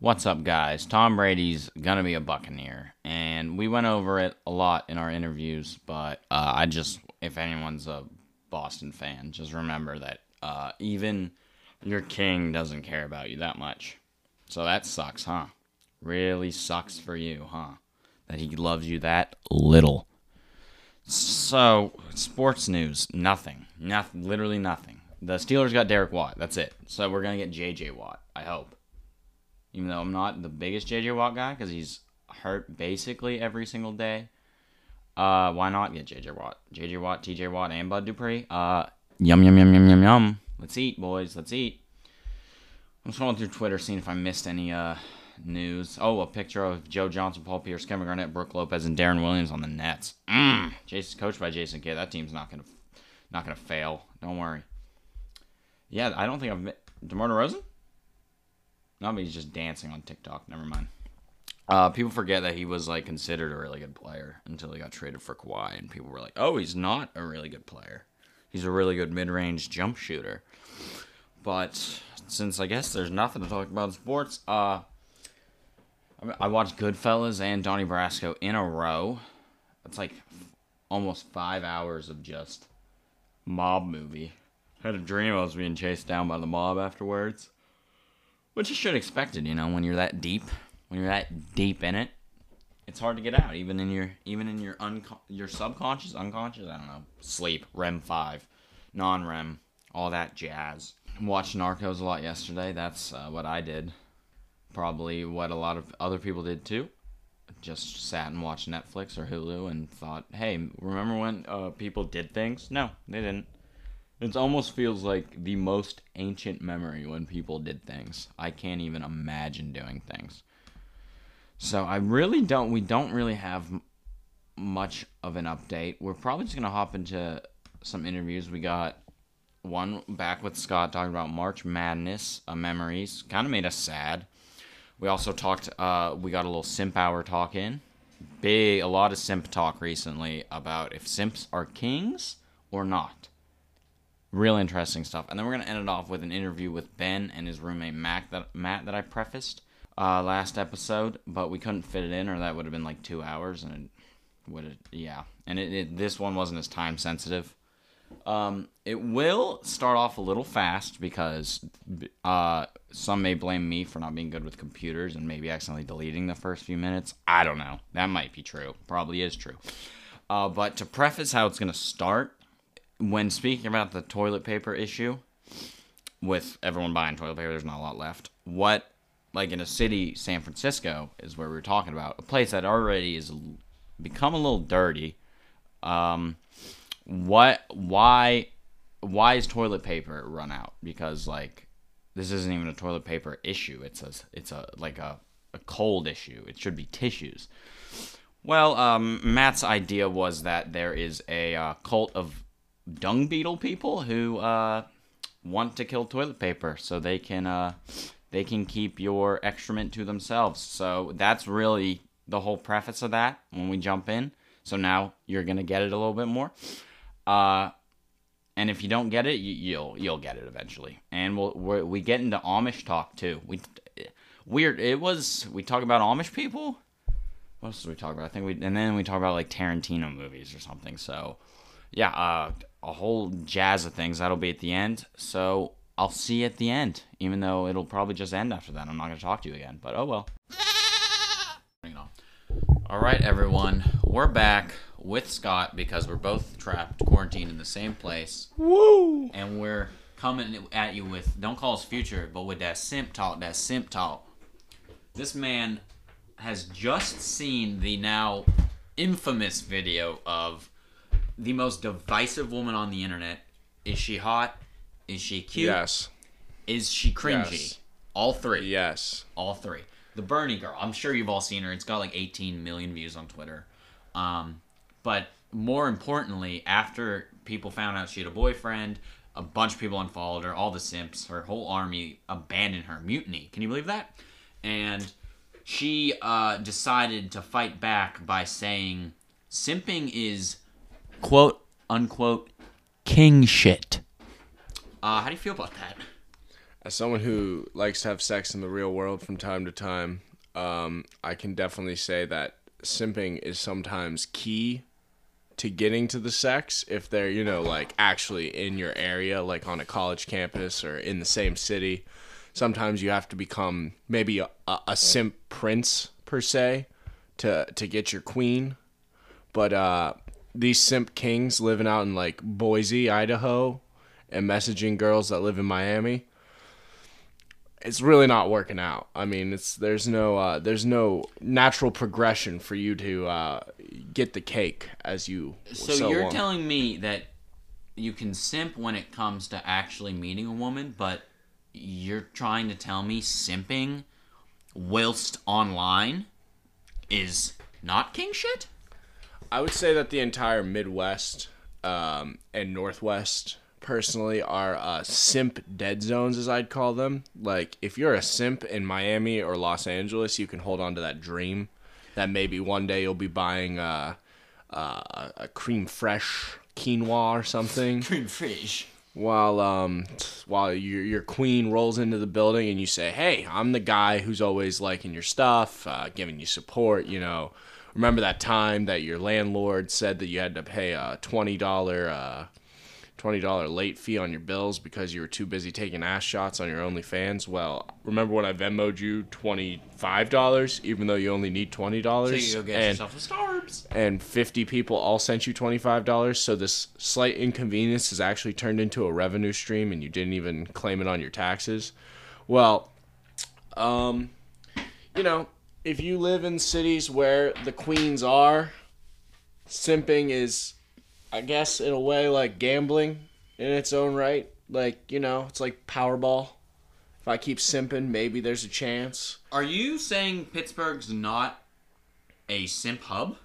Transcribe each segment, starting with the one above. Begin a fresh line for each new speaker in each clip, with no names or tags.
What's up, guys? Tom Brady's gonna be a Buccaneer, and we went over it a lot in our interviews. But uh, I just, if anyone's a Boston fan, just remember that uh, even your king doesn't care about you that much. So that sucks, huh? Really sucks for you, huh? That he loves you that little. So, sports news, nothing. Nothing, literally nothing. The Steelers got Derek Watt. That's it. So, we're going to get JJ Watt, I hope. Even though I'm not the biggest JJ Watt guy because he's hurt basically every single day. Uh, why not get JJ Watt? JJ Watt, TJ Watt, and Bud Dupree. Uh, yum, yum, yum, yum, yum, yum. Let's eat, boys. Let's eat. I'm scrolling through Twitter seeing if I missed any uh, news. Oh, a picture of Joe Johnson, Paul Pierce, Kevin Garnett, Brooke Lopez, and Darren Williams on the Nets. Mm. Jason, coached by Jason Kidd. That team's not gonna not gonna fail. Don't worry. Yeah, I don't think I've met DeMar DeRozan. No, but he's just dancing on TikTok. Never mind. Uh, people forget that he was like considered a really good player until he got traded for Kawhi, and people were like, "Oh, he's not a really good player. He's a really good mid-range jump shooter." But since I guess there's nothing to talk about in sports, uh, I- I watched Goodfellas and Donnie Brasco in a row. It's like f- almost five hours of just mob movie. I had a dream I was being chased down by the mob afterwards. Which you should expect it, you know, when you're that deep, when you're that deep in it, it's hard to get out, even in your even in your unco- your subconscious, unconscious, I don't know, sleep, REM five, non REM, all that jazz. Watched Narcos a lot yesterday. That's uh, what I did. Probably what a lot of other people did too. Just sat and watched Netflix or Hulu and thought, hey, remember when uh, people did things? No, they didn't. It almost feels like the most ancient memory when people did things. I can't even imagine doing things. So I really don't. We don't really have m- much of an update. We're probably just gonna hop into some interviews. We got one back with Scott talking about March Madness uh, memories. Kind of made us sad. We also talked. Uh, we got a little simp hour talk in. Big a lot of simp talk recently about if simps are kings or not real interesting stuff. And then we're gonna end it off with an interview with Ben and his roommate Mac that Matt that I prefaced uh, last episode, but we couldn't fit it in, or that would have been like two hours, and it would have yeah. And it, it, this one wasn't as time sensitive. Um, it will start off a little fast because uh, some may blame me for not being good with computers and maybe accidentally deleting the first few minutes. I don't know. That might be true. Probably is true. Uh, but to preface how it's gonna start, when speaking about the toilet paper issue, with everyone buying toilet paper, there's not a lot left. What, like in a city, San Francisco is where we were talking about, a place that already is l- become a little dirty. Um, what, why, why is toilet paper run out? Because like, this isn't even a toilet paper issue. It's a, it's a like a, a cold issue. It should be tissues. Well, um, Matt's idea was that there is a uh, cult of dung beetle people who uh, want to kill toilet paper so they can uh, they can keep your excrement to themselves. So that's really the whole preface of that when we jump in. So now you're gonna get it a little bit more. Uh, and if you don't get it, you, you'll you'll get it eventually. And we'll we're, we get into Amish talk too. We weird. It was we talk about Amish people. What else did we talk about? I think we and then we talk about like Tarantino movies or something. So yeah, uh, a whole jazz of things that'll be at the end. So I'll see you at the end, even though it'll probably just end after that. I'm not gonna talk to you again, but oh well. Hang on. All right, everyone, we're back with Scott because we're both trapped, quarantined in the same place. Woo! And we're coming at you with don't call us future, but with that simp talk, that simp talk. This man has just seen the now infamous video of the most divisive woman on the internet. Is she hot? Is she cute?
Yes.
Is she cringy?
Yes.
All three.
Yes.
all three. The Bernie girl, I'm sure you've all seen her. It's got like 18 million views on Twitter. Um, but more importantly, after people found out she had a boyfriend, a bunch of people unfollowed her. All the simps, her whole army abandoned her. Mutiny. Can you believe that? And she uh, decided to fight back by saying, "Simping is quote unquote king shit." Uh, how do you feel about that?
I as someone who likes to have sex in the real world from time to time, um, I can definitely say that simping is sometimes key to getting to the sex if they're, you know, like actually in your area, like on a college campus or in the same city. Sometimes you have to become maybe a, a, a simp prince per se to to get your queen but uh, these simp kings living out in like Boise, Idaho, and messaging girls that live in Miami, it's really not working out. I mean, it's there's no uh, there's no natural progression for you to uh, get the cake as you
So,
so,
you're
want.
telling me that you can simp when it comes to actually meeting a woman, but you're trying to tell me simping whilst online is not king shit?
I would say that the entire Midwest um, and Northwest, personally, are uh, simp dead zones, as I'd call them. Like, if you're a simp in Miami or Los Angeles, you can hold on to that dream that maybe one day you'll be buying uh, uh, a cream fresh quinoa or something
Fish.
while um while your your queen rolls into the building and you say, "Hey, I'm the guy who's always liking your stuff, uh, giving you support." You know, remember that time that your landlord said that you had to pay a twenty dollar uh, twenty dollar late fee on your bills because you were too busy taking ass shots on your OnlyFans? Well, remember when I Venmoed you twenty five dollars, even though you only need twenty
So
dollars?
you go get yourself a Starbucks.
and 50 people all sent you $25 so this slight inconvenience is actually turned into a revenue stream and you didn't even claim it on your taxes well um you know if you live in cities where the queens are simping is i guess in a way like gambling in its own right like you know it's like powerball if i keep simping maybe there's a chance
Are you saying Pittsburgh's not a simp hub?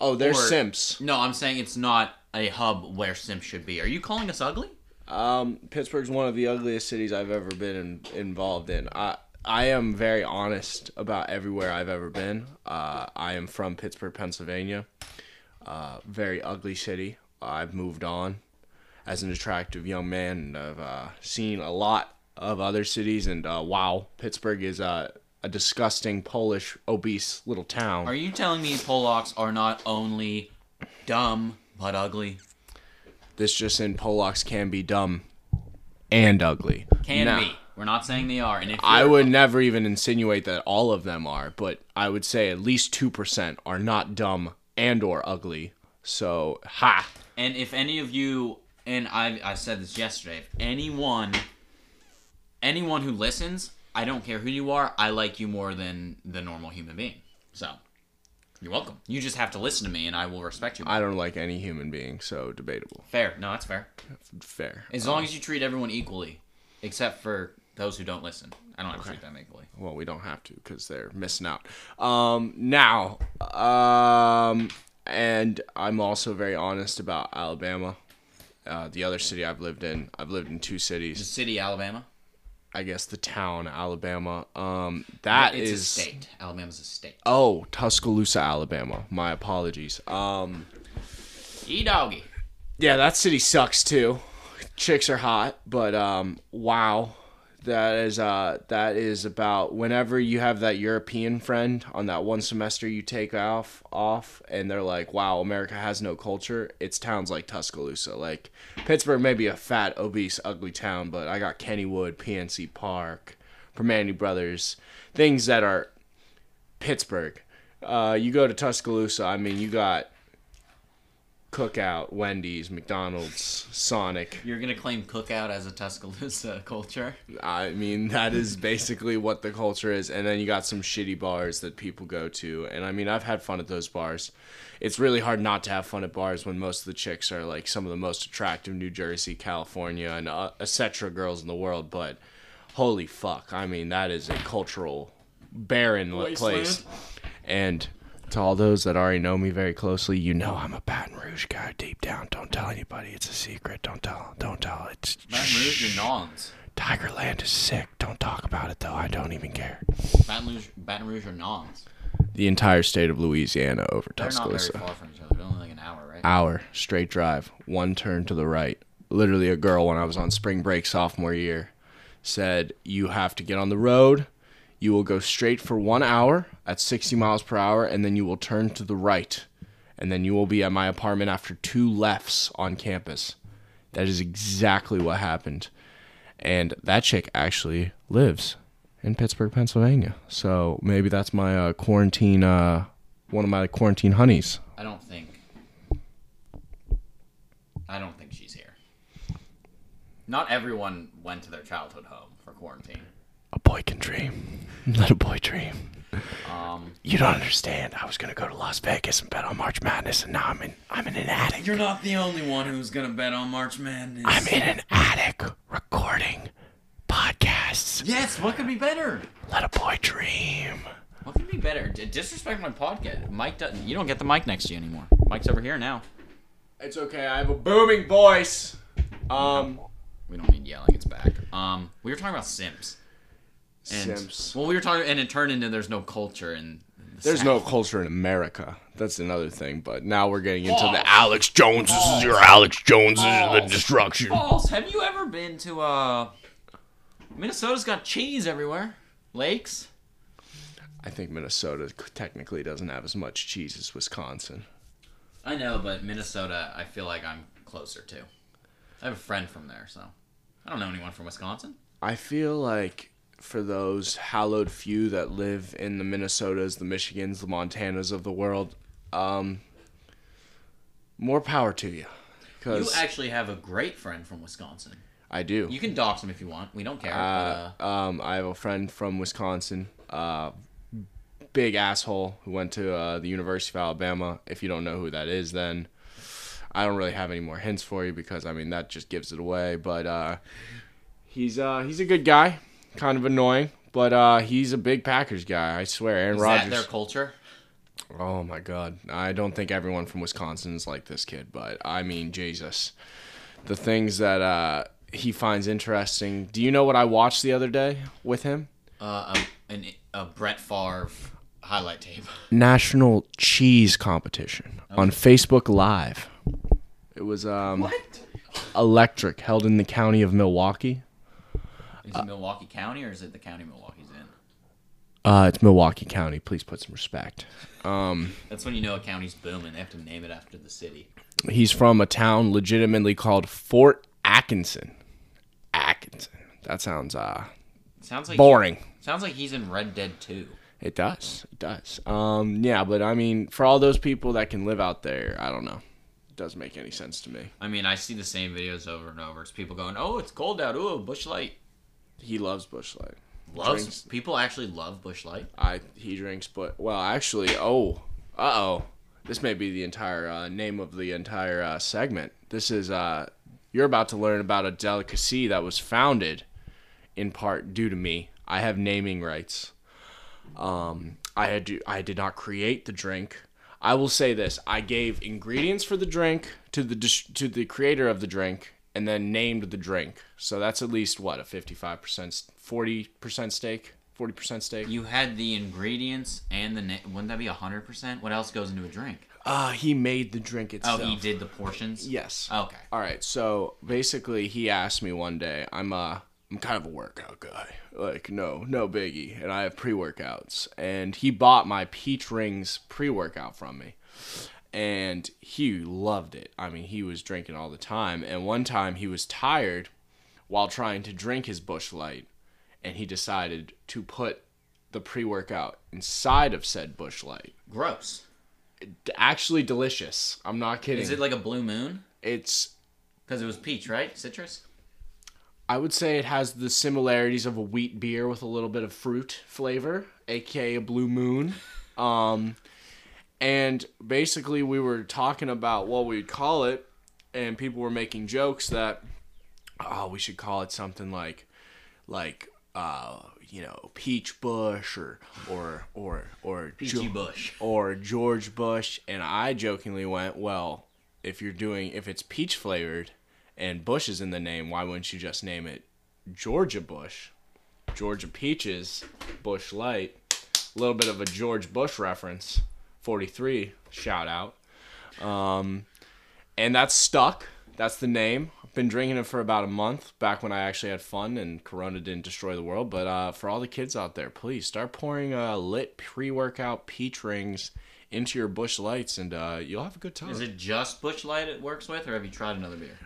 oh there's
Or-
simps
No, I'm saying it's not a hub where simp should be. Are you calling us ugly?
Um, Pittsburgh's one of the ugliest cities I've ever been in, involved in. I I am very honest about everywhere I've ever been. Uh, I am from Pittsburgh, Pennsylvania. Uh, very ugly city. I've moved on as an attractive young man, and I've uh, seen a lot of other cities. And uh, wow, Pittsburgh is uh, a disgusting Polish obese little town.
Are you telling me Polacks are not only dumb but ugly?
this just in Polacks can be dumb and ugly.
Can
Now-
be. We're not saying they are. And if
I
you're-
would never even insinuate that all of them are, but I would say at least two percent are not dumb and or ugly. So ha.
and if any of you, and I, I said this yesterday, if anyone, anyone who listens, I don't care who you are, I like you more than the normal human being. So, you're welcome. You just have to listen to me, and I will respect you.
I don't like any human being, so debatable.
fair. No, that's fair.
Fair.
As long as you treat everyone equally, except for those who don't listen. I don't have to treat them equally.
Well, we don't have to because they're missing out. Um, now, um, and I'm also very honest about Alabama, uh, the other city I've lived in. I've lived in two cities.
City, Alabama.
I guess the town, Alabama. Um, that
It's
is-
a state. Alabama's a state.
Oh, Tuscaloosa, Alabama. My apologies. Um,
E doggy.
yeah, that city sucks too. Chicks are hot, but um, wow, that is uh, that is about whenever you have that European friend on that one semester you take off off, and they're like, "Wow, America has no culture." It's towns like Tuscaloosa, like Pittsburgh, may be a fat, obese, ugly town, but I got Kennywood, PNC Park, Permane Brothers, things that are Pittsburgh. Uh, you go to Tuscaloosa, I mean, you got Cookout, Wendy's, McDonald's, Sonic.
You're gonna claim cookout as a Tuscaloosa culture.
I mean, that is basically what the culture is. And then you got some shitty bars that people go to. And I mean, I've had fun at those bars. It's really hard not to have fun at bars when most of the chicks are like some of the most attractive New Jersey, California, and uh, et cetera girls in the world. But holy fuck. I mean, that is a cultural barren l- place. And to all those that already know me very closely, you know I'm a Baton Rouge guy deep down. Don't tell anybody. It's a secret. Don't tell. Don't tell. It's
Baton Rouge or Nons?
Tigerland is sick. Don't talk about it though. I don't even care.
Baton Rouge, Baton Rouge or Nons?
The entire state of Louisiana over
They're not very
Tuscaloosa.
far from each other. They're only like an hour, right?
Hour straight drive, one turn to the right. Literally a girl when I was on spring break sophomore year said you have to get on the road. You will go straight for one hour at 60 miles per hour, and then you will turn to the right, and then you will be at my apartment after two lefts on campus. That is exactly what happened, and that chick actually lives in Pittsburgh, Pennsylvania. So maybe that's my uh, quarantine, uh, one of my quarantine honeys.
I don't think. I don't think she's here. Not everyone went to their childhood home for quarantine.
A boy can dream. Let a boy dream.
Um,
You don't understand. I was gonna go to Las Vegas and bet on March Madness, and now I'm in I'm in an attic.
You're not the only one who's gonna bet on March Madness.
I'm in an attic recording podcasts.
yes. What could be better?
Let a boy dream.
What could be better? D- disrespect my podcast. Mike doesn't. You don't get the mic next to you anymore. Mike's over here now.
It's okay. I have a booming voice. Um,
We don't need yelling. It's back. Um, we were talking about Sims. And,
Simps.
Well, we were talking, and it turned into there's no culture and. the
There's
South.
no culture in America. That's another thing. But now we're getting into
Balls.
the Alex Jones. This is
Oh.
your Alex Jones. This is the
Balls.
destruction.
Falls. Have you ever been to uh? Minnesota's got cheese everywhere. Lakes.
I think Minnesota technically doesn't have as much cheese as Wisconsin.
I know, but Minnesota, I feel like I'm closer to. I have a friend from there, so I don't know anyone from Wisconsin.
I feel like for those hallowed few that live in the Minnesotas, the Michigans, the Montanas of the world, um, more power to you.
You
Because
actually have a great friend from Wisconsin.
I do.
You can dox him if you want. We don't care.
uh, um, I have a friend from Wisconsin, uh, big asshole who went to uh, the University of Alabama. If you don't know who that is, then I don't really have any more hints for you because I mean that just gives it away. But uh, he's uh, he's a good guy, kind of annoying, but uh, he's a big Packers guy. I swear, Aaron
but, uh, is that their
Rodgers.
culture?
Oh my God, I don't think everyone from Wisconsin is like this kid, but I mean Jesus, the things that uh, he finds interesting. Do you know what I watched the other day with him?
Uh, a, an, a Brett Favre highlight tape.
National Cheese Competition on Facebook Live. It was um,
What?
electric, held in the county of Milwaukee.
Is it Milwaukee County or is it the county Milwaukee's in?
Uh, it's Milwaukee County. Please put some respect. Um,
That's when you know a county's booming. They have to name it after the city.
he's from a town legitimately called Fort Atkinson. Atkinson. That sounds uh,
Sounds like
boring.
sounds like he's in Red Dead 2.
It does. It does. Um, yeah, but I mean, for all those people that can live out there, I don't know. It doesn't make any sense to me.
I mean, I see the same videos over and over. It's people going, "Oh, it's cold out. Ooh, bush light."
He loves Bushlight.
Loves
Drinks.
people actually love bush light.
I he drinks, but well, actually, oh, uh oh, this may be the entire uh, name of the entire uh, segment. This is uh, you're about to learn about a delicacy that was founded, in part due to me. I have naming rights. Um, I had to, I did not create the drink. I will say this: I gave ingredients for the drink to the dis- to the creator of the drink, and then named the drink. So that's at least what a fifty-five percent, forty percent stake, forty percent stake.
You had the ingredients and the na- wouldn't that be hundred percent? What else goes into a drink?
Uh, he made the drink
Oh,
itself.
he did the portions.
Yes.
Okay.
All right. So basically, he asked me one day. I'm uh, I'm kind of a workout guy. Like, no, no biggie. And I have pre-workouts. And he bought my peach rings pre-workout from me. And he loved it. I mean, he was drinking all the time. And one time he was tired while trying to drink his bush light, and he decided to put the pre-workout inside of said bush light.
Gross.
Actually delicious. I'm not kidding.
Is it like a blue moon?
it's
Because it was peach, right? Citrus.
I would say it has the similarities of a wheat beer with a little bit of fruit flavor, aka a blue moon. Um, and basically, we were talking about what we'd call it, and people were making jokes that, oh, we should call it something like, like, uh, you know, peach bush or or or or
Peachy
Ju-
bush.
or George Bush, and I jokingly went, "Well, if you're doing if it's peach flavored and Bush is in the name, why wouldn't you just name it Georgia Bush, Georgia Peaches, Bush Light?" A little bit of a George Bush reference, 43 shout out, um, and that's stuck. That's the name. Been drinking it for about a month back when I actually had fun and Corona didn't destroy the world. But uh, for all the kids out there, please start pouring uh, lit pre workout peach rings into your bush lights and uh, you'll have a good time.
Is it just Bush Light it works with, or have you tried another beer?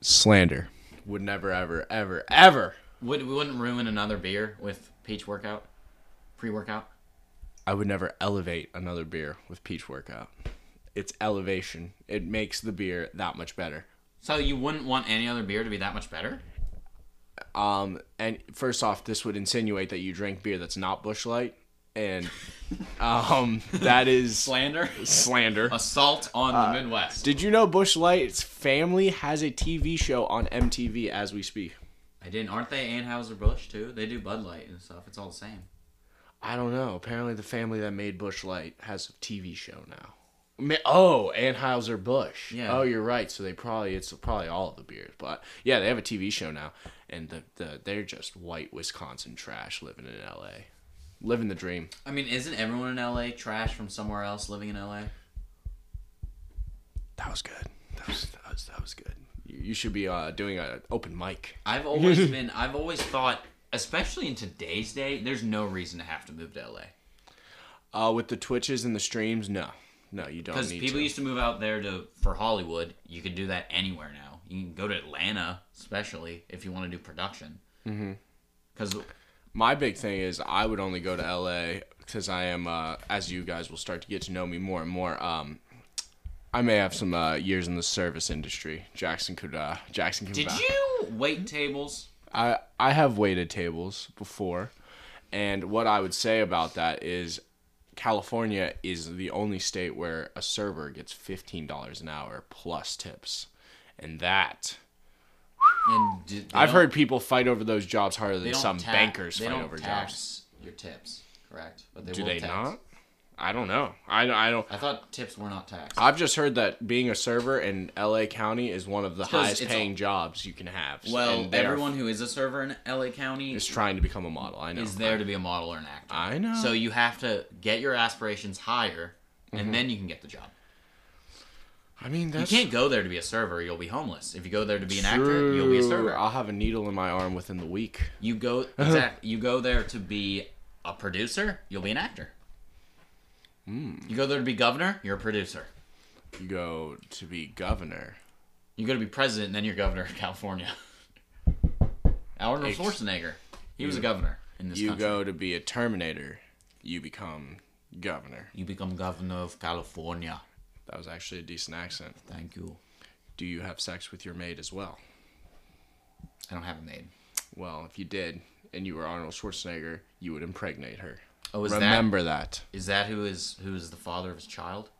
Slander. Would never, ever, ever, ever.
Would we wouldn't ruin another beer with peach workout, pre workout?
I would never elevate another beer with peach workout. It's elevation. It makes the beer that much better.
So you wouldn't want any other beer to be that much better?
Um, and first off, this would insinuate that you drink beer that's not Bush Light, and um, that is
Slander,
slander.
assault on the Midwest.
Did you know Bush Light's family has a TV show on MTV as we speak?
I didn't. Aren't they Anheuser Busch too? They do Bud Light and stuff. It's all the same.
I don't know. Apparently, the family that made Bush Light has a TV show now. Ma- Oh, Anheuser Busch.
Yeah.
Oh, you're right. So they probably it's probably all of the beers, but yeah, they have a TV show now, and the, the they're just white Wisconsin trash living in L.A. Living the dream.
I mean, isn't everyone in LA trash from somewhere else living in LA?
That was good. That was that was, that was good. You, you should be uh, doing an open mic.
I've always been. I've always thought, especially in today's day, there's no reason to have to move to
Oh,
LA
Uh, with the twitches and the streams, no, no, you don't
because
need
people
to.
used to move out there to for Hollywood. You could do that anywhere now. You can go to Atlanta, especially if you want to do production.
Mm-hmm.
Because
My big thing is I would only go to LA because I am, uh, as you guys will start to get to know me more and more. Um, I may have some uh, years in the service industry. Jackson could, uh, Jackson could.
did
vouch.
you wait tables?
I I have waited tables before, and what I would say about that is California is the only state where a server gets fifteen dollars an hour plus tips, and that
And d- they
I've
don't-
heard people fight over those jobs harder
they
than
don't
some
ta-
bankers
they
fight
don't
over
tax
jobs.
Your tips, correct? But they
Do
will
they
tax.
not? I don't know. I, I don't.
I thought tips were not taxed.
I've just heard that being a server in LA County is one of the
'cause
highest
it's
paying jobs you can have.
Well,
And they are
everyone who is a server in LA County
is trying to become a model. I know.
is there to be a model or an actor.
I know.
So you have to get your aspirations higher,
Mm-hmm.
and then you can get the job.
I mean,
You
that's
can't go there to be a server; you'll be homeless. If you go there to be an actor, you'll be a
true.
server.
I'll have a needle in my arm within the week.
You go exactly. You go there to be a producer, you'll be an actor.
Hmm.
You go there to be governor, you're a producer.
You go to be governor.
You go to be president, and then you're governor of California. Arnold
Ex-
Schwarzenegger, he was a
you-
governor in this
You
country.
go to be a terminator. You become governor.
you become governor of California.
That was actually a decent accent.
Thank you.
Do you have sex with your maid as well?
I don't have a maid.
Well, if you did, and you were Arnold Schwarzenegger, you would impregnate her.
Oh, is that-
Remember that.
Is that who is who is the father of his child?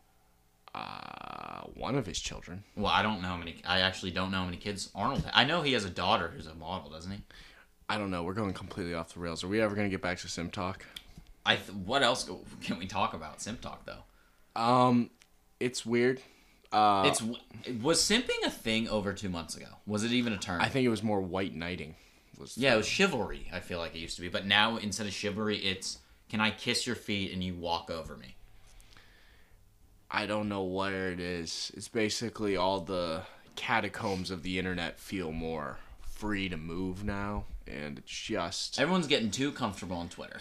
Uh, one of his children.
Well, I don't know how many. I actually don't know how many kids Arnold. I know he has a daughter who's a model, doesn't he?
I don't know. We're going completely off the rails. Are we ever going to get back to sim talk?
I. Th- what else can we talk about? Simp talk though.
Um, it's weird. Uh,
It's was simping a thing over two months ago. Was it even a term?
I think it was more white knighting. Was
yeah, it was chivalry. I feel like it used to be, but now instead of chivalry, it's can I kiss your feet and you walk over me?
I don't know where it is. It's basically all the catacombs of the internet feel more free to move now, and it's just
Everyone's getting too comfortable on Twitter.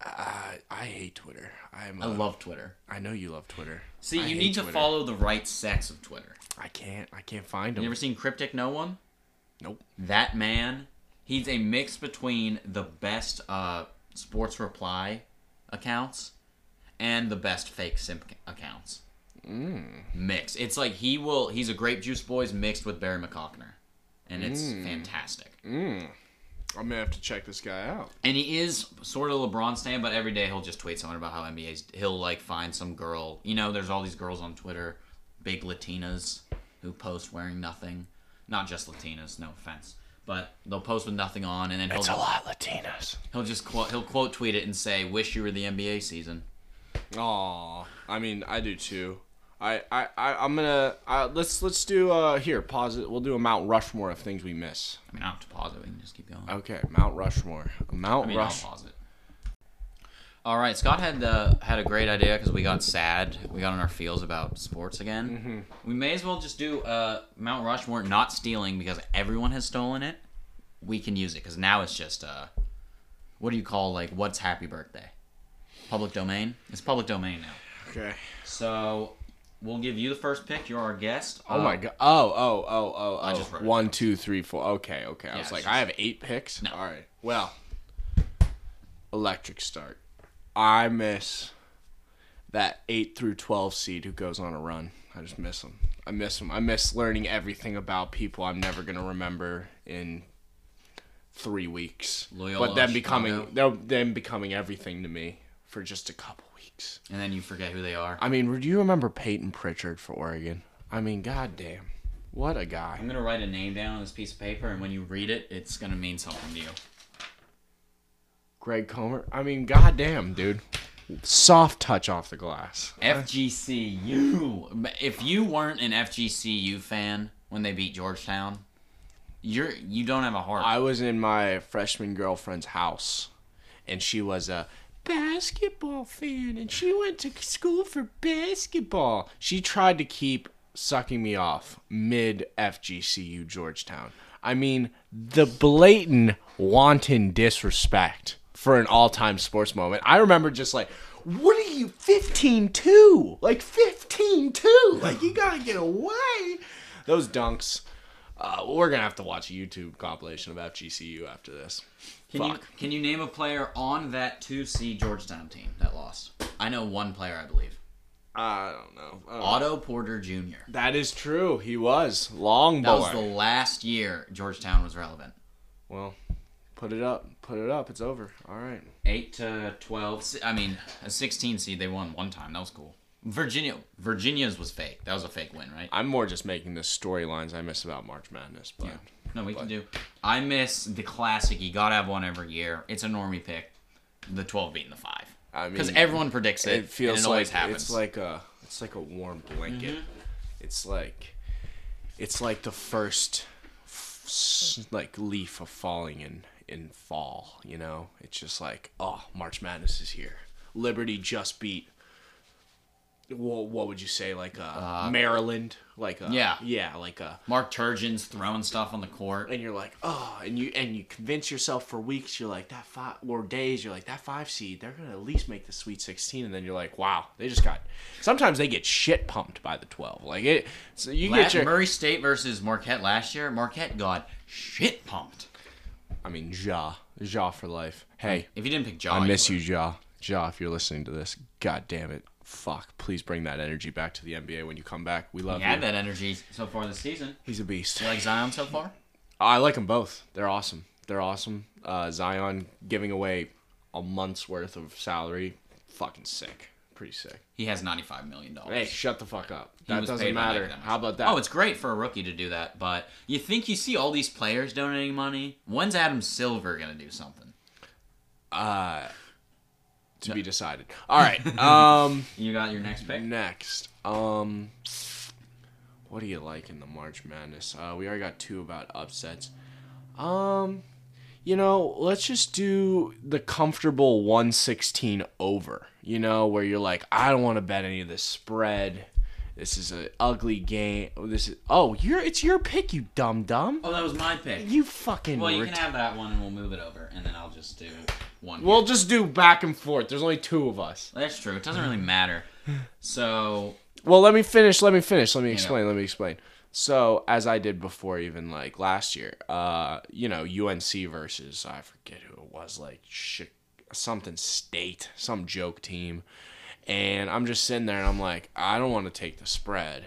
I, I hate Twitter. I'm
I
a-
love Twitter.
I know you love Twitter.
See,
I
you
hate
need to
Twitter.
follow the right sex of Twitter.
I can't. I can't find him.
You ever seen Cryptic No One?
Nope.
that man he's a mix between the best uh, sports reply accounts and the best fake simp accounts mm. mix it's like he will he's a grape juice boys mixed with barry mccockner and it's fantastic
I'm gonna have to check this guy out.
and he is sort of a lebron stan but every day he'll just tweet something about how nba's he'll like find some girl you know there's all these girls on twitter big latinas who post wearing nothing not just latinas no offense but they'll post with nothing on and then he'll
It's a
just-
lot Latinas.
He'll just quote, he'll quote tweet it and say, "Wish you were the NBA season."
Aw, I mean, I do too. I, I, I I'm gonna uh, let's let's do uh here pause it. We'll do a Mount Rushmore of things we miss.
I mean, I don't have to pause it. We can just keep going. I
Okay, Mount Rushmore. Mount
mean,
Rush.
I'll pause it. All right, Scott had uh, had a great idea because we got sad. We got on our feels about sports again.
Mm-hmm.
We may as well just do uh, Mount Rushmore not stealing because everyone has stolen it. We can use it because now it's just uh, what do you call like what's happy birthday? Public domain. It's public domain now.
Okay.
So we'll give you the first pick. You're our guest.
Oh
Uh,
my god. Oh, oh, oh, oh, oh.
just wrote it
One, two, three, four. Okay, okay. I
Yeah,
was
it's
like,
just-
I have eight picks.
No.
All right. Well, electric start. I miss that eight through twelve seed who goes on a run. I just miss them. I miss them. I miss learning everything about people I'm never gonna remember in three weeks.
Loyola,
but then becoming
Chicago.
they're them becoming everything to me for just a couple weeks.
And then you forget who they are.
I mean, do you remember Peyton Pritchard for Oregon? I mean, goddamn, what a
I'm
guy!
gonna write a name down on this piece of paper, and when you read it, it's gonna mean something to you.
Greg Comer. I mean, goddamn, dude. Soft touch off the glass.
FGCU. If you weren't an FGCU fan when they beat Georgetown, you're you don't have a heart.
I was in my freshman girlfriend's house, and she was a basketball fan, and she went to school for basketball. She tried to keep sucking me off mid FGCU Georgetown. I mean, the blatant, wanton disrespect for an all time sports moment. I remember just like, what are you 15 2? Like 15 2? Like, you gotta get away. Those dunks. Uh, we're gonna have to watch a YouTube compilation of FGCU after this.
can you
Fuck.
can you name a player on that two C Georgetown team that lost? I know one player, I believe.
I don't know. Uh, I don't-
Otto Porter Jr.
that is true. He was long
That
boy.
was the last year Georgetown was relevant.
well, put it up. Put it up. It's over. All right.
Eight to twelve. s- I mean, a sixteen seed. They won one time. That was cool. Virginia, Virginia's was fake. That was a fake win, right?
I'm more just making the storylines I miss about March Madness, but
No, we can do. I miss the classic. You gotta have one every year. It's a normie pick. The twelve beating the five.
I mean,
because everyone predicts it.
it feels
and it
like
always happens. Mm-hmm.
it's like a it's like a warm blanket. It's like it's like the first f- s- like leaf of falling in in fall. You know, it's just like oh, March Madness is here. Liberty just beat. What, what would you say like uh, Maryland? Like a,
yeah.
yeah, like uh, a
Mark Turgeon's throwing stuff on the court.
and you're like, oh, and you and you convince yourself for weeks, you're like that five or days, you're like that five seed, they're gonna at least make the Sweet 16, and then you're like, wow, they just got. Sometimes they get shit pumped by the 12. Like it, so you get
Last,
your.
Murray State versus Marquette last year. Marquette got shit pumped.
I mean, Ja, Ja for life. Hey,
If you didn't pick John,
I miss you, Ja, Ja. If you're listening to this, god damn it, fuck, please bring that energy back to the NBA when you come back. We love
You had
you.
that energy so far this season.
He's a beast.
You like Zion so far?
Oh, I like them both. They're awesome. They're awesome. Uh, Zion giving away a month's worth of salary, fucking sick. Pretty sick.
He has ninety-five million dollars.
Hey, shut the fuck up.
He
That
was
doesn't
paid by
matter.
that much.
How about that?
Oh, it's great for a rookie to do that, but you think you see all these players donating money? When's Adam Silver gonna do something?
to be decided. All right. Um,
You got your next pick.
next. Um, what do you like in the March Madness? Uh, we already got two about upsets. Um, you know, let's just do the comfortable 116 over. You know, where you're like, I don't want to bet any of this spread. This is an ugly game. This is oh, you're it's your pick, you dumb dumb.
Oh, that was my pick.
You fucking.
Well, you
ret-
can have that one, and we'll move it over, and then I'll just do one.
we'll just do back and forth. There's only two of us.
That's true. It doesn't really matter. So
Well, let me finish. Let me finish. Let me explain.
know.
Let me explain. So, as I did before, even like last year, uh, you know, UNC versus I forget who it was, like Chi- something state, some joke team, and I'm just sitting there and I'm like, I don't want to take the spread,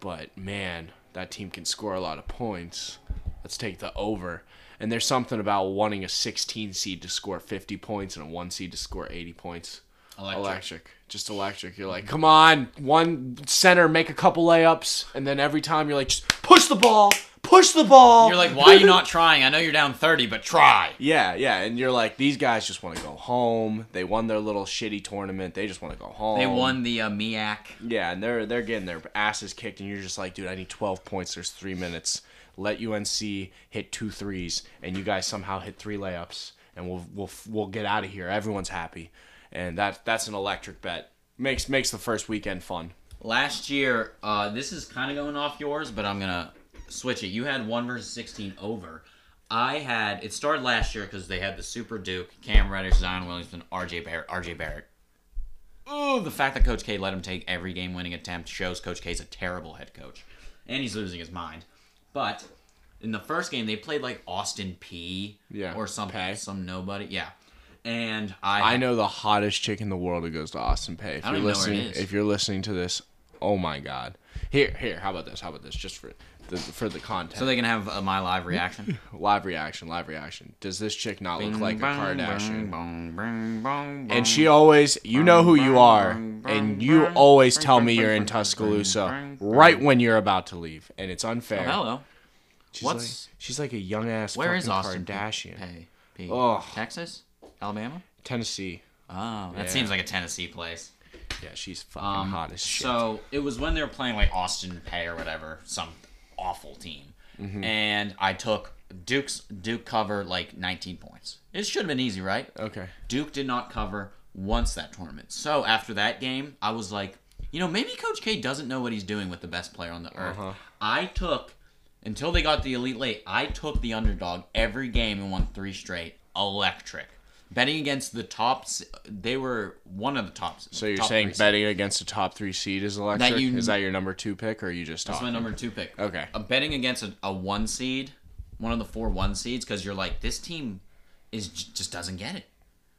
but man, that team can score a lot of points. Let's take the over. And there's something about wanting a 16 seed to score 50 points and a one seed to score 80 points.
Electric.
Electric. Just electric. You're like, come on, one center, make a couple layups, and then every time you're like, just push the ball, push the ball.
you're like, why are you not trying? I know you're down thirty, but try.
Yeah, yeah, and you're like, these guys just want to go home. They won their little shitty tournament. They just want to go home.
They won the uh, MIAC.
Yeah, and they're they're getting their asses kicked, and you're just like, dude, I need 12 points. There's three minutes. Let UNC hit two threes, and you guys somehow hit three layups, and we'll we'll we'll get out of here. Everyone's happy, and that that's an electric bet. Makes makes the first weekend fun.
Last year, uh, this is kind of going off yours, but I'm gonna switch it. You had one versus sixteen over. I had it started last year because they had the Super Duke, Cam Reddish, Zion Williamson, R.J. Barrett, R.J. Barrett. Ooh, the fact that Coach K let him take every game-winning attempt shows Coach K's a terrible head coach, and he's losing his mind. But in the first game, they played like Austin P.
Yeah,
or some
Pay.
some nobody. Yeah, and
I know the hottest chick in the world who goes to Austin Pay. If
I don't
you're
even know where it
listening,
is.
if you're listening to this, oh my god. Here, here. How about this? How about this? Just for the for the content.
So they can have uh, my live reaction.
live reaction. Live reaction. Does this chick not look like a Kardashian?
And
And she always, you know who you are, and you always tell me you're in Tuscaloosa right when you're about to leave, and it's unfair.
hello.
she's
What's-
like, she's like a young ass.
Where is
fucking
Austin?
Kardashian?
Hey, P.
Ugh.
Texas, Alabama.
Tennessee.
Oh, that
Yeah.
seems like a Tennessee place.
Yeah, she's fucking hot as shit.
Um, So it was when they were playing like Austin Pay or whatever, some awful team,
Mm-hmm.
and I took Duke's Duke cover like 19 points. It should have been easy, right?
okay.
Duke did not cover once that tournament. So after that game, I was like, you know, maybe Coach K doesn't know what he's doing with the best player on the earth.
Uh-huh.
I took until they got the elite late. I took the underdog every game and won three straight. Electric. Betting against the tops, they were one of the tops.
So you're saying betting against the top three seed is electric?
you-
is that your number two pick, or are you just
That's my
talking?
number two pick.
Okay.
Uh, betting against a, a one seed, one of the four one seeds, because you're like, this team is j- just doesn't get it.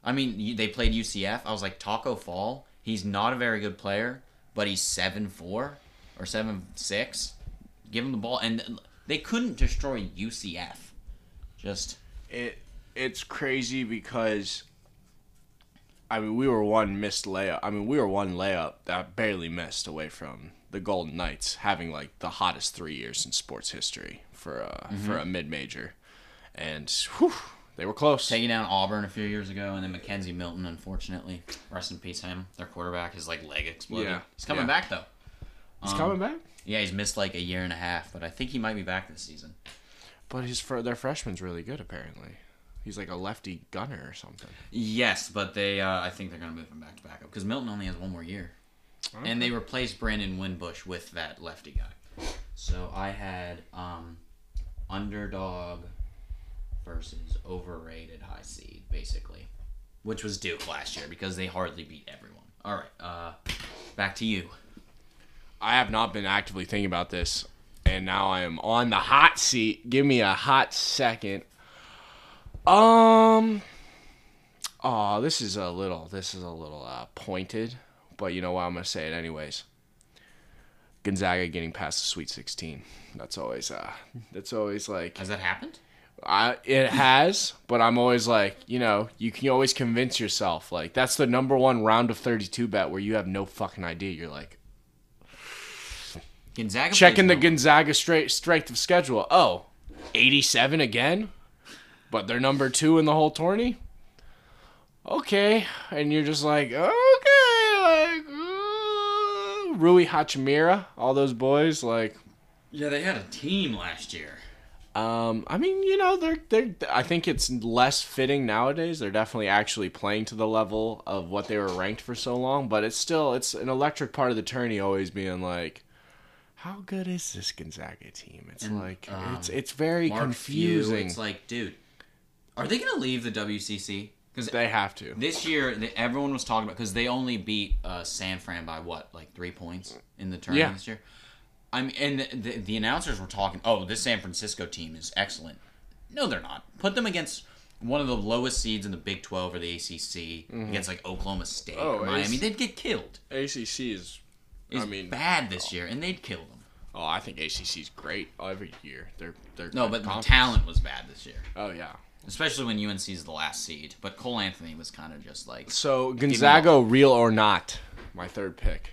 I mean, you, they played UCF. I was like, Taco Fall. He's not a very good player, but he's seven four or seven six. Give him the ball, and they couldn't destroy UCF. Just
it it's crazy because I mean we were one missed layup. I mean we were one layup that barely missed away from the Golden Knights having like the hottest three years in sports history for uh, a for a mid major, and whew, they were close.
taking down Auburn a few years ago, and then Mackenzie Milton, unfortunately, rest in peace. Him, their quarterback, his like leg exploded.
Yeah,
he's coming
yeah.
back though.
He's coming back,
Yeah, he's missed like a year and a half, but I think he might be back this season.
but his fr- their freshman's really good apparently. He's like a lefty gunner or something.
Yes, but they, uh, I think they're going to move him back to backup because Milton only has one more year, and they replaced Brandon Winbush with that lefty guy. So I had um, underdog versus overrated high seed, basically, which was Duke last year because they hardly beat everyone. All right, uh, back to you.
I have not been actively thinking about this, and now I am on the hot seat. Give me a hot second. Um. Oh, this is a little. This is a little uh, pointed, but you know what? I'm gonna say it anyways. Gonzaga getting past the Sweet 16. That's always uh. That's always like
Has that happened?
I, it has, but I'm always like, you know, you can always convince yourself. Like, that's the number one round of 32 bet where you have no fucking idea. You're like,
Gonzaga plays
checking the
Nova.
Gonzaga straight strength of schedule. Oh, 87 again, but they're number two in the whole tourney. Okay, and you're just like, okay, like uh, Rui Hachimura, all those boys, like,
yeah, they had a team last year.
um, I mean, you know, they're they're. I think it's less fitting nowadays. They're definitely actually playing to the level of what they were ranked for so long, but it's still it's an electric part of the tourney always being like, how good is this Gonzaga team? It's like it's it's very
Mark Few,
confusing.
It's like, dude, are they going to leave the WCC? Because
they have to.
This year, the, everyone was talking about because they only beat uh, San Fran by what, like three points in the tournament
Yeah.
this year. I mean, and the, the, the announcers were talking. Oh, this San Francisco team is excellent. No, they're not. Put them against one of the lowest seeds in the Big Twelve or the ACC against like Oklahoma State
Mm-hmm. Oh,
or
it's-
Miami. They'd get killed.
ACC is.
It's
I mean,
bad this year, and they'd kill them.
oh, I think ACC is great every year. They're they're
No, but the
conference.
talent was bad this year,
Oh yeah.
especially when UNC is the last seed. But Cole Anthony was kind of just like
So Gonzaga, real or not, my third pick.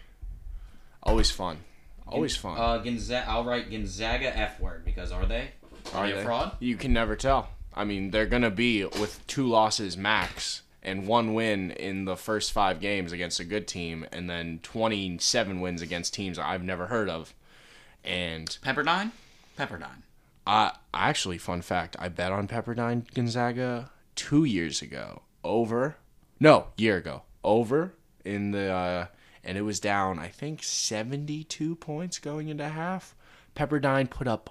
Always fun. Always fun.
Uh, Gonzaga. I'll write Gonzaga F word because are they? Are, they a
they?
fraud?
You can never tell. I mean, they're gonna be with two losses max and one win in the first five games against a good team, and then twenty-seven wins against teams I've never heard of. And
Pepperdine. Pepperdine.
I actually, fun fact, I bet on Pepperdine Gonzaga two years ago over, no, year ago over in the, uh, and it was down I think 72 points going into half. Pepperdine put up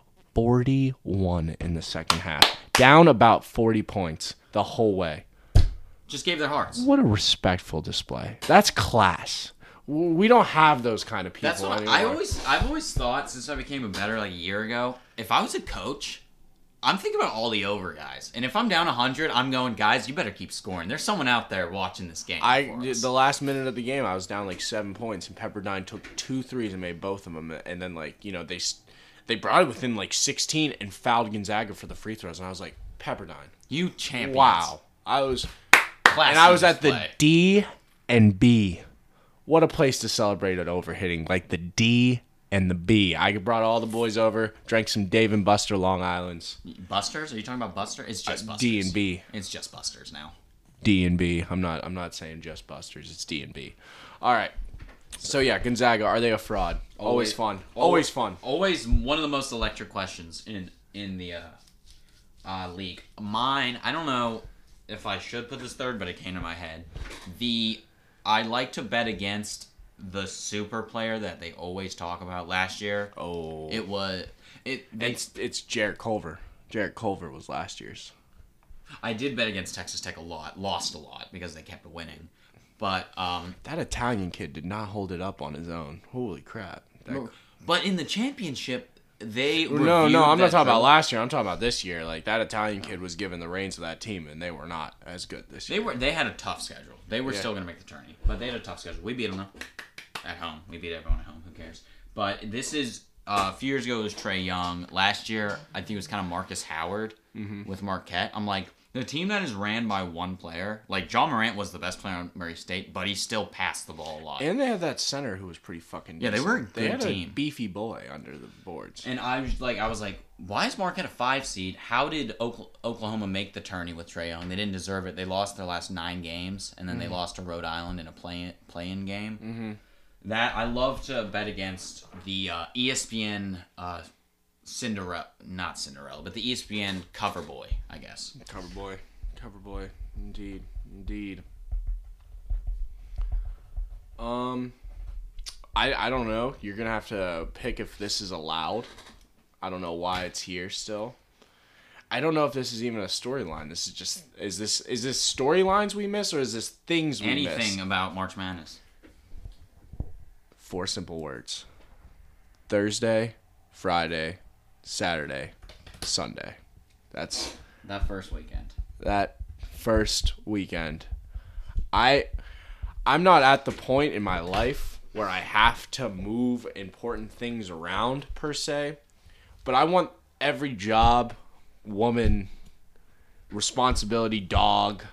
41 in the second half, down about 40 points the whole way.
Just gave their hearts.
What a respectful display. That's class. W- We don't have those kind of people.
That's what
anymore.
I, I always I've always thought since I became a better like a year ago. If I was a coach, I'm thinking about all the over guys, and if I'm down 100, I'm going, guys, you better keep scoring. There's someone out there watching this game.
I
for us."
the last minute of the game, I was down like seven points, and Pepperdine took two threes and made both of them. And then like you know they s- they brought it within like sixteen and fouled Gonzaga for the free throws, and I was like Pepperdine.
you champions.
Wow, I was
Classy
and I was at the
display.
D and B. What a place to celebrate an overhitting like the D and the B. I brought all the boys over, drank some Dave and Buster Long Island's
Busters. Are you talking about Buster? It's just Busters.
Uh, D and B.
It's just Busters now.
D and B. I'm not. I'm not saying just Buster's. It's D and B. All right. So yeah, Gonzaga. Are they a fraud? Always,
Always-
fun. Always fun.
Always one of the most electric questions in in the uh, uh, league. Mine, I don't know if I should put this third, but it came to my head. The I like to bet against the super player that they always talk about. Last year,
Oh.
it was it. They,
it's it's Jarrett Culver. Jarrett Culver was last year's.
I did bet against Texas Tech a lot, lost a lot because they kept winning. But um,
That Italian kid did not hold it up on his own. Holy crap. That-
but in the championship, they
no,
reviewed
no, I'm not
that
talking about
drill-
last year. I'm talking about this year. Like that Italian kid was given the reins of that team, and they were not as good this year.
They were they had a tough schedule. They were still going to make the tourney, but they had a tough schedule. We beat them though. at home. We beat everyone at home. Who cares? But this is uh, a few years ago it was Trey Young. Last year I think it was kind of Marcus Howard
Mm-hmm.
with Marquette. I'm like the team that is ran by one player. Like John Morant was the best player on Murray State, but he still passed the ball a lot.
and they had that center who was pretty fucking.
Yeah, they were a
decent. They
good
had
team.
a beefy boy under the boards.
And I was like, I was like, why is Marquette a five seed? How did Okla- Oklahoma make the tourney with Trey Young? They didn't deserve it. They lost their last nine games, and then they lost to Rhode Island in a play play-in game. Mm-hmm. That I love to bet against the uh, ESPN uh, Cinderella, not Cinderella, but the E ESPN cover boy, I guess.
Cover boy. Cover boy. Indeed. Indeed. Um I I don't know. You're gonna have to pick if this is allowed. I don't know why it's here still. I don't know if this is even a storyline. This is just is this is this storylines we miss or is this things we
Anything
miss?
about March Madness?
Four simple words. Thursday, Friday, Saturday, Sunday. That's
That first weekend.
that first weekend. I I'm not at the point in my life where I have to move important things around per se, but I want every job, woman, responsibility, dog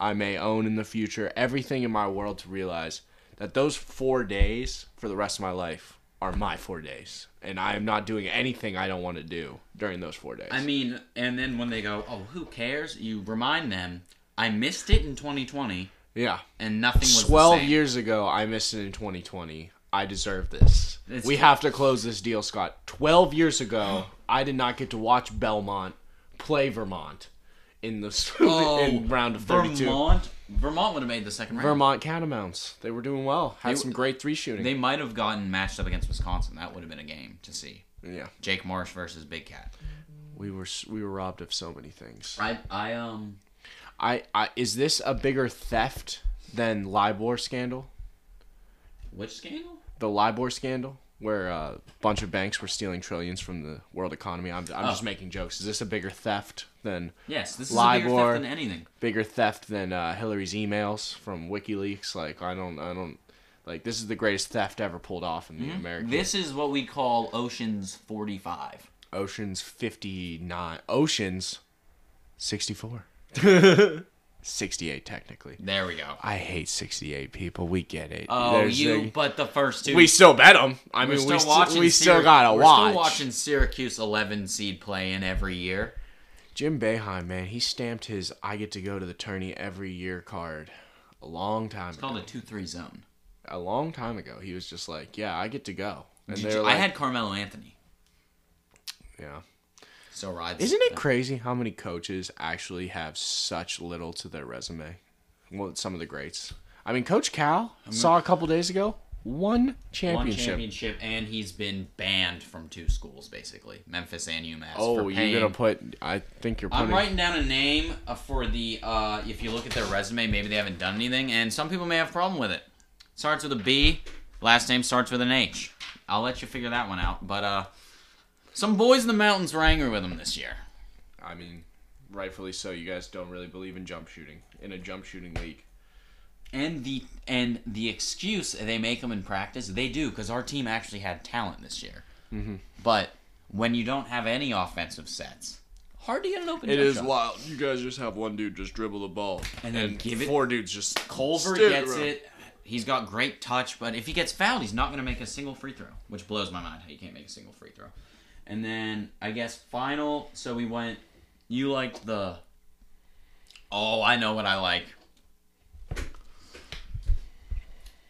I may own in the future, everything in my world to realize that those 4 days for the rest of my life are my 4 days and I am not doing anything I don't want to do during those 4 days.
I mean, and then when they go, oh, who cares? You remind them, I missed it in 2020,
yeah.
and nothing was 12
12
the same.
years ago i missed it in 2020 i deserve this
It's-
we have to close this deal scott 12 years ago i did not get to watch belmont play vermont in the in round of 32 vermont,
Oh, Vermont, Vermont would have made the second round.
catamounts they were doing well had
They-
some great three shooting
They might have gotten matched up against Wisconsin. That would have been a game to see.
yeah
Jake Marsh versus Big Cat.
we were s- we were robbed of so many things
I, I um,
i, I is this a bigger theft than libor scandal
which scandal?
the libor scandal where uh, a bunch of banks were stealing trillions from the world economy. I'm, I'm
Oh.
just making jokes. Is this a bigger theft than
Yes, this is a bigger
LIBOR.
theft than anything.
bigger theft than uh, Hillary's emails from WikiLeaks. Like I don't, I don't, like this is the greatest theft ever pulled off in the American
Mm-hmm. This is what we call Ocean's 45.
Oceans fifty nine, Oceans sixty four. 68 technically.
There we go.
I hate 68 people. We get it.
Oh,
There's
you,
the-
but the first two.
we still bet them. I mean, we, still, we still
Syrac-
gotta
we're
watch.
Still watching Syracuse 11 seed play in every year.
Jim Beheim, man, he stamped his "I get to go to the tourney every year" card a long time ago.
Called a 2-3 zone.
a long time ago. He was just like, "Yeah, I get to go," and
Did
they're
you-
like,
I had Carmelo Anthony.
"Yeah."
Still rides.
Isn't it crazy how many coaches actually have such little to their resume? Well, some of the greats. I mean, Coach Cal saw a couple days ago one
one
championship.
championship, and he's been banned from two schools basically, Memphis and UMass.
Oh,
for
you're
paying-
gonna put? I think you're
I'm
putting.
writing down a name uh, for the. Uh, if you look at their resume, maybe they haven't done anything, and some people may have a problem with it. Starts with a B. Last name starts with an H. I'll let you figure that one out. But uh, some boys in the mountains were angry with him this year.
I mean, rightfully so. You guys don't really believe in jump shooting in a jump shooting league.
and the and the excuse they make them in practice they do because our team actually had talent this year
Mm-hmm.
but when you don't have any offensive sets hard to get an open
It
jump
is
shot.
wild. You guys just have one dude just dribble the ball,
And then give it-
four dudes just
culver
stick
gets
around.
it he's got great touch but if he gets fouled he's not going to make a single free throw which blows my mind how you can't make a single free throw and then i guess final so we went you liked the oh i know what i like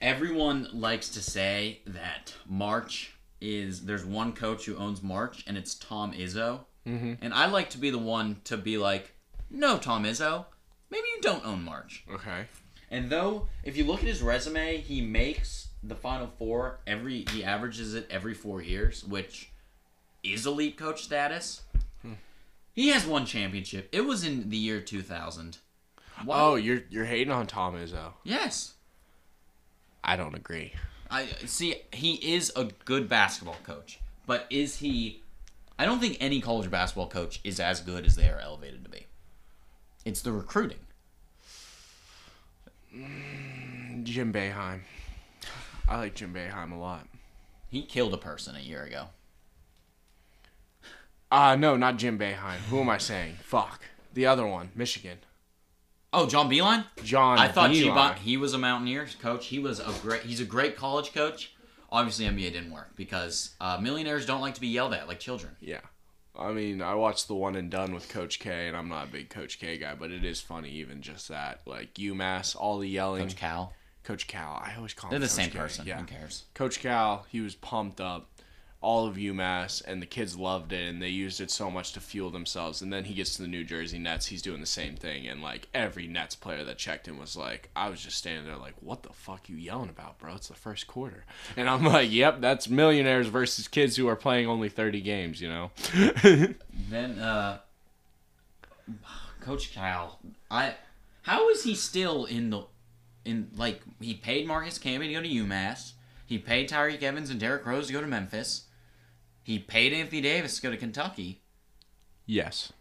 everyone likes to say that March is there's one coach who owns March and it's Tom Izzo. Mm-hmm. And I like to be the one to be like, no, Tom Izzo, maybe you don't own March.
Okay.
And though if you look at his resume, he makes the Final Four every he averages it every four years, which is elite coach status. He has one championship. It was in the year 2000. Why-
Oh, you're you're hating on Tom Izzo.
yes.
I don't agree.
I see. He is a good basketball coach, but is he? I don't think any college basketball coach is as good as they are elevated to be. It's the recruiting.
Jim Beheim. I like Jim Beheim a lot.
He killed a person a year ago.
Uh no, not Jim Beheim. Who am I saying? Fuck. The other one, Michigan.
Oh, John Beeline.
John.
I thought
Beeline.
Beeline. he was a Mountaineers coach. He was a great. He's a great college coach. Obviously, NBA didn't work because uh, millionaires don't like to be yelled at like children.
Yeah. I mean, I watched the one and done with Coach K, and I'm not a big Coach K guy, but it is funny even just that. Like UMass, all the yelling.
Coach Cal.
Coach Cal. I always call
They're
him
the
Coach
same
K,
person.
Yeah.
Who cares?
Coach Cal, he was pumped up. All of UMass and the kids loved it, and they used it so much to fuel themselves. And then he gets to the New Jersey Nets, he's doing the same thing, and like every Nets player that checked in was like, "I was just standing there like, what the fuck you yelling about, bro? It's the first quarter." And I'm like, "Yep, that's millionaires versus kids who are playing only 30 games, you know."
Then uh Coach Cal, I how is he still in the in like he paid Marcus Camby to go to UMass. He paid Tyreek Evans and Derrick Rose to go to Memphis. He paid Anthony Davis to go to Kentucky.
yes.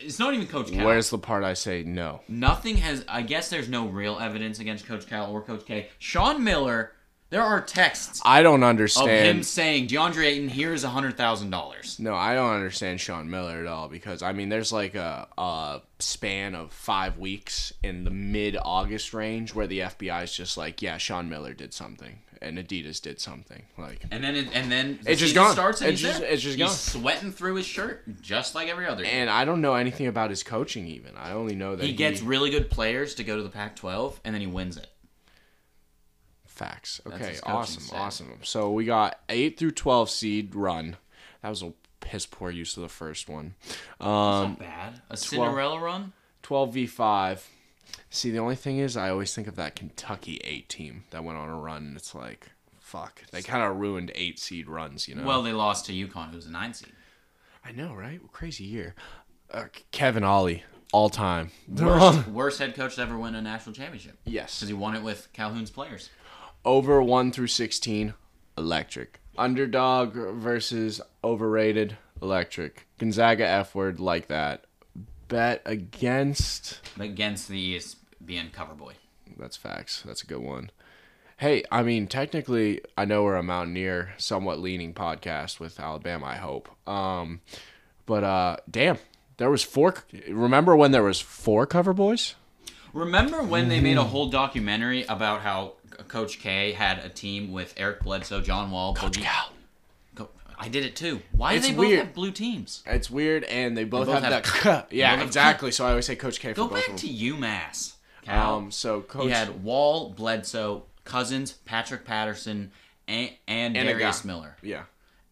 It's not even Coach Cal.
Where's the part I say no?
Nothing has. I guess there's no real evidence against Coach Cal or Coach K. Sean Miller. There are texts
I don't
of
understand.
him saying DeAndre Ayton here is hundred thousand dollars.
No, I don't understand Sean Miller at all because I mean, there's like a, a span of five weeks in the mid August range where the FBI is just like, yeah, Sean Miller did something and Adidas did something. Like,
And then it, and then the
It's just
season
gone.
Starts and
It's
he's
just-
there.
it's just
he's
gone.
sweating through his shirt just like every other. year.
and I don't know anything about his coaching even. I only know that
He gets really good players to go to the Pac-12, and then he wins it.
facts.
his
Okay,
coaching
awesome,
staff.
awesome. So we got eight through twelve seed run. That was a piss poor use of the first one. Um,
Not bad. A Cinderella run.
12v5. See, the only thing is, I always think of that Kentucky 8 team that went on a run, and it's like, fuck. They kind of ruined 8 seed runs, you know?
Well, they lost to UConn, who's a nine seed.
I know, right? Crazy year. Uh, Kevin Ollie, all time.
Worst, worst head coach to ever win a national championship
yes.
because he won it with Calhoun's players.
Over 1 through 16, electric. Underdog versus overrated, electric. Gonzaga F word, like that. Bet against.
Against the E ESPN cover boy.
That's facts. That's a good one. Hey, I mean, technically, I know we're a Mountaineer, somewhat leaning podcast with Alabama. I hope. Um, but uh, damn, there was four. Remember when there was four cover boys?
Remember when they made
Mm-hmm.
a whole documentary about how Coach K had a team with Eric Bledsoe, John Wall, Coach
Cal.
I did it too. Why
It's
do they both
weird.
have blue teams?
It's weird, and they both,
both
have,
have
that. yeah,
both have
exactly. So I always say Coach K for
Go
both
back
of
to
them.
UMass. Cal.
Um, so Coach
He had Wall, Bledsoe, Cousins, Patrick Patterson, and, and,
And a
Darius
guy.
Miller.
yeah.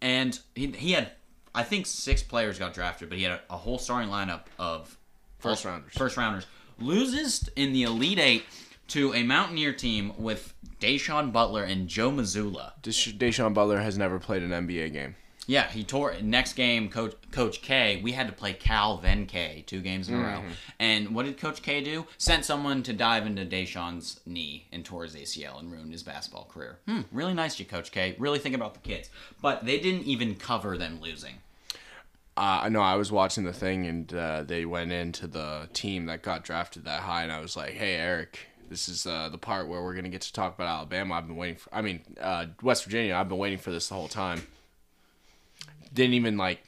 And he, he had, I think six players got drafted, but he had a, a whole starting lineup of
First
all-
rounders.
First rounders loses in the Elite Eight to a Mountaineer team with Deshaun Butler and Joe Missoula.
Desha- Deshaun Butler has never played an NBA game.
Yeah, he tore next game. Coach Coach K, we had to play Cal then K two games in a row. And what did Coach K do? Sent someone to dive into Deshaun's knee and tore his ACL and ruined his basketball career. Hmm, really nice of you, Coach K. Really think about the kids. But they didn't even cover them losing.
Uh, no, I was watching the thing, and uh, they went into the team that got drafted that high, and I was like, "Hey, Eric, this is uh, the part where we're gonna get to talk about Alabama. I've been waiting for. I mean, uh, West Virginia. I've been waiting for this the whole time. Didn't even like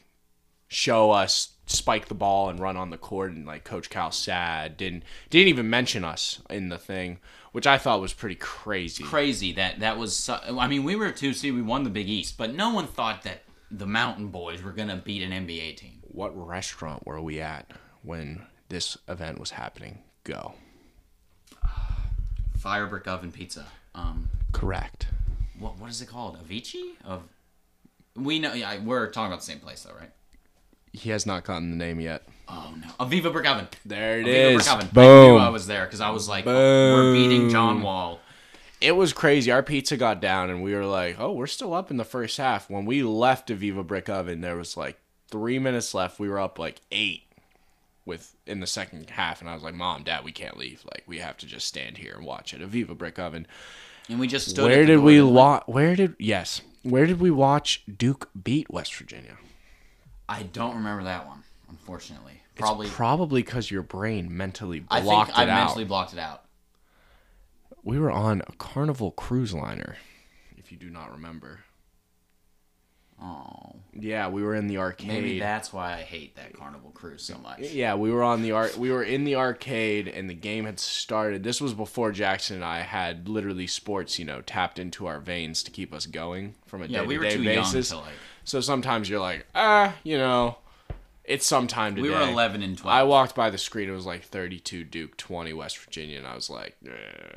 show us spike the ball and run on the court, and like Coach Cal sad didn't didn't even mention us in the thing, which I thought was pretty crazy.
Crazy that that was. su- I mean, we were two seed. We won the Big East, but no one thought that the Mountain Boys were gonna beat an NBA team.
what restaurant were we at when this event was happening? Go.
Firebrick Oven Pizza. Um,
Correct.
what what is it called? Avicii of. We know. Yeah, we're talking about the same place though, right?
He has not gotten the name yet.
Oh no, Aviva Brick Oven.
There it
Aviva
is.
Brick Oven. I knew I
Boom.
was there because I was like, we're beating John Wall.
it was crazy. Our pizza got down, and we were like, "Oh, we're still up in the first half." When we left Aviva Brick Oven, there was like three minutes left. We were up like eight with in the second half, and I was like, "Mom, Dad, we can't leave. Like, we have to just stand here and watch it." Aviva Brick Oven.
And we just stood. at
where
the
did
door
we
and-
wa- Where did yes? Where did we watch Duke beat West Virginia?
I don't remember that one, unfortunately. Probably.
Probably because your brain mentally
I
blocked
think
it
I
out.
mentally blocked it out.
We were on a Carnival cruise liner, if you do not remember.
Oh,
Yeah, we were in the arcade.
maybe that's why I hate that Carnival Cruise so much.
Yeah, we were on the art. We were in the arcade, and the game had started. This was before Jackson and I had literally sports, you know, tapped into our veins to keep us going from a
Yeah,
day
we
to
were
day
too
basis.
young to like.
So sometimes you're like, ah, you know, it's sometime today.
We were 11 and 12.
I walked by the screen. It was like 32 Duke, 20 West Virginia, and I was like, eh,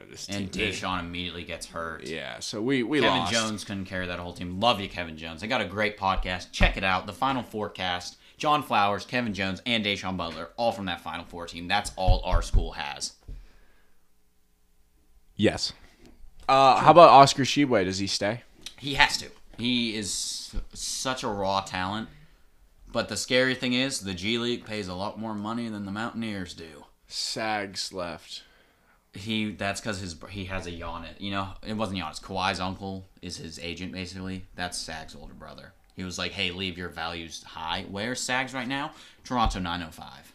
this team.
and Deshaun immediately gets hurt.
yeah, so we we
Kevin
lost.
Jones couldn't carry that whole team. Love you, Kevin Jones. They got a great podcast. Check it out. The Final Forecast. John Flowers, Kevin Jones, and Deshaun Butler, all from that Final Four team. That's all our school has.
Yes. Uh, how about Oscar Shibwe? Does he stay?
He has to. He is su- such a raw talent. But the scary thing is, the G League pays a lot more money than the Mountaineers do.
Sags left.
He that's because his br- he has a Giannis. You know, it wasn't Giannis. Kawhi's uncle is his agent, basically. That's Sag's older brother. He was like, "Hey, leave your values high." Where's Sags right now? Toronto 905.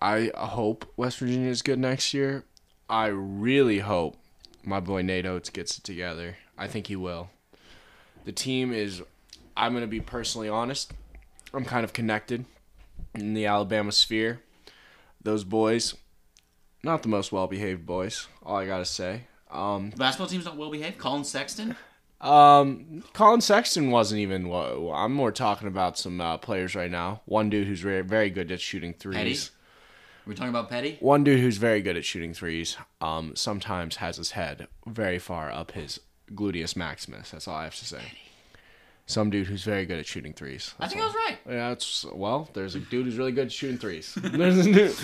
I hope West Virginia is good next year. I really hope my boy Nate Oates gets it together. I think he will. The team is, I'm going to be personally honest, I'm kind of connected in the Alabama sphere. Those boys, not the most well behaved boys, all I got to say. Um,
Basketball team's not well behaved. Colin Sexton.
um, Colin Sexton wasn't even, whoa, I'm more talking about some uh, players right now. One dude who's re- very good at shooting threes.
Petty. Are we talking about Petty?
one dude who's very good at shooting threes um, sometimes has his head very far up his gluteus maximus. That's all I have to say. Some dude who's very good at shooting threes.
I
That's
think I was right.
all. Yeah, it's well. There's a dude who's really good at shooting threes. There's a dude,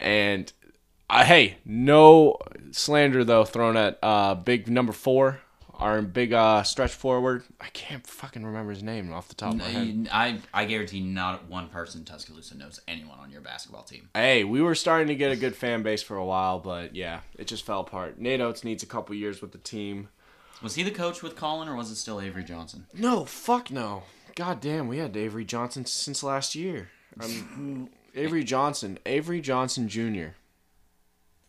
and uh, hey, no slander though thrown at uh, big number four, our big uh, stretch forward. I can't fucking remember his name off the top of my head.
You- I I guarantee not one person in Tuscaloosa knows anyone on your basketball team.
Hey, we were starting to get a good fan base for a while, but yeah, it just fell apart. Nate Oates needs a couple years with the team.
Was he the coach with Colin, or was it still Avery Johnson?
No, fuck no. God damn, we had Avery Johnson since last year. Um, Avery Johnson, Avery Johnson Jr.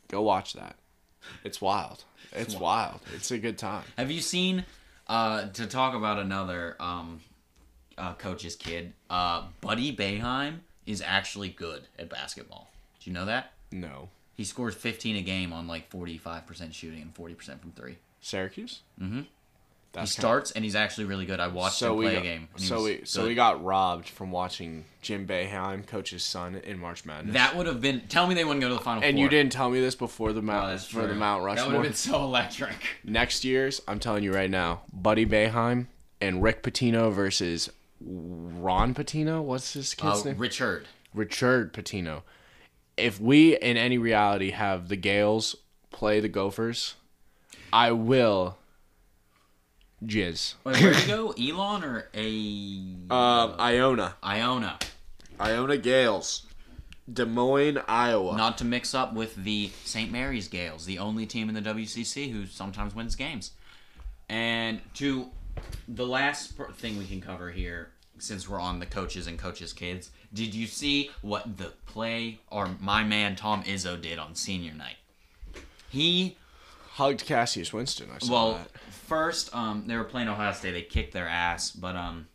Go watch that. It's wild. It's wild. It's a good time.
Have you seen? Uh, to talk about another um, uh, coach's kid, uh, Buddy Bayheim is actually good at basketball. Did you know that?
No.
He scores 15 a game on like 45% shooting and 40% from three.
Syracuse? Mm-hmm.
He
That's
starts and he's actually really good. I watched
so
him
we
play
got,
a game. and he
so
was
we so
good.
we got robbed from watching Jim Boeheim coach his son in March Madness.
that would have been. Tell me they wouldn't go to the final.
And
four.
you didn't tell me this before the
Oh,
Mount
that's
for the
true.
Mount
That
Rushmore.
would have been so electric.
Next year's, I'm telling you right now, Buddy Bayheim and Rick Pitino versus Ron Patino. What's his
Uh,
kid's name?
Richard.
Richard Patino. If we in any reality have the Gales play the Gophers, I will jizz.
Wait, where'd he go? Elon or a
Um, Iona,
Iona?
Iona Gales, Des Moines, Iowa.
Not to mix up with the St. Mary's Gales, the only team in the WCC who sometimes wins games. And to the last per- thing we can cover here, since we're on the coaches and coaches' kids, did you see what the play or my man Tom Izzo did on senior night? He
Hugged Cassius Winston. I saw
Well,
that.
first, um, they were playing Ohio State. They kicked their ass, but um,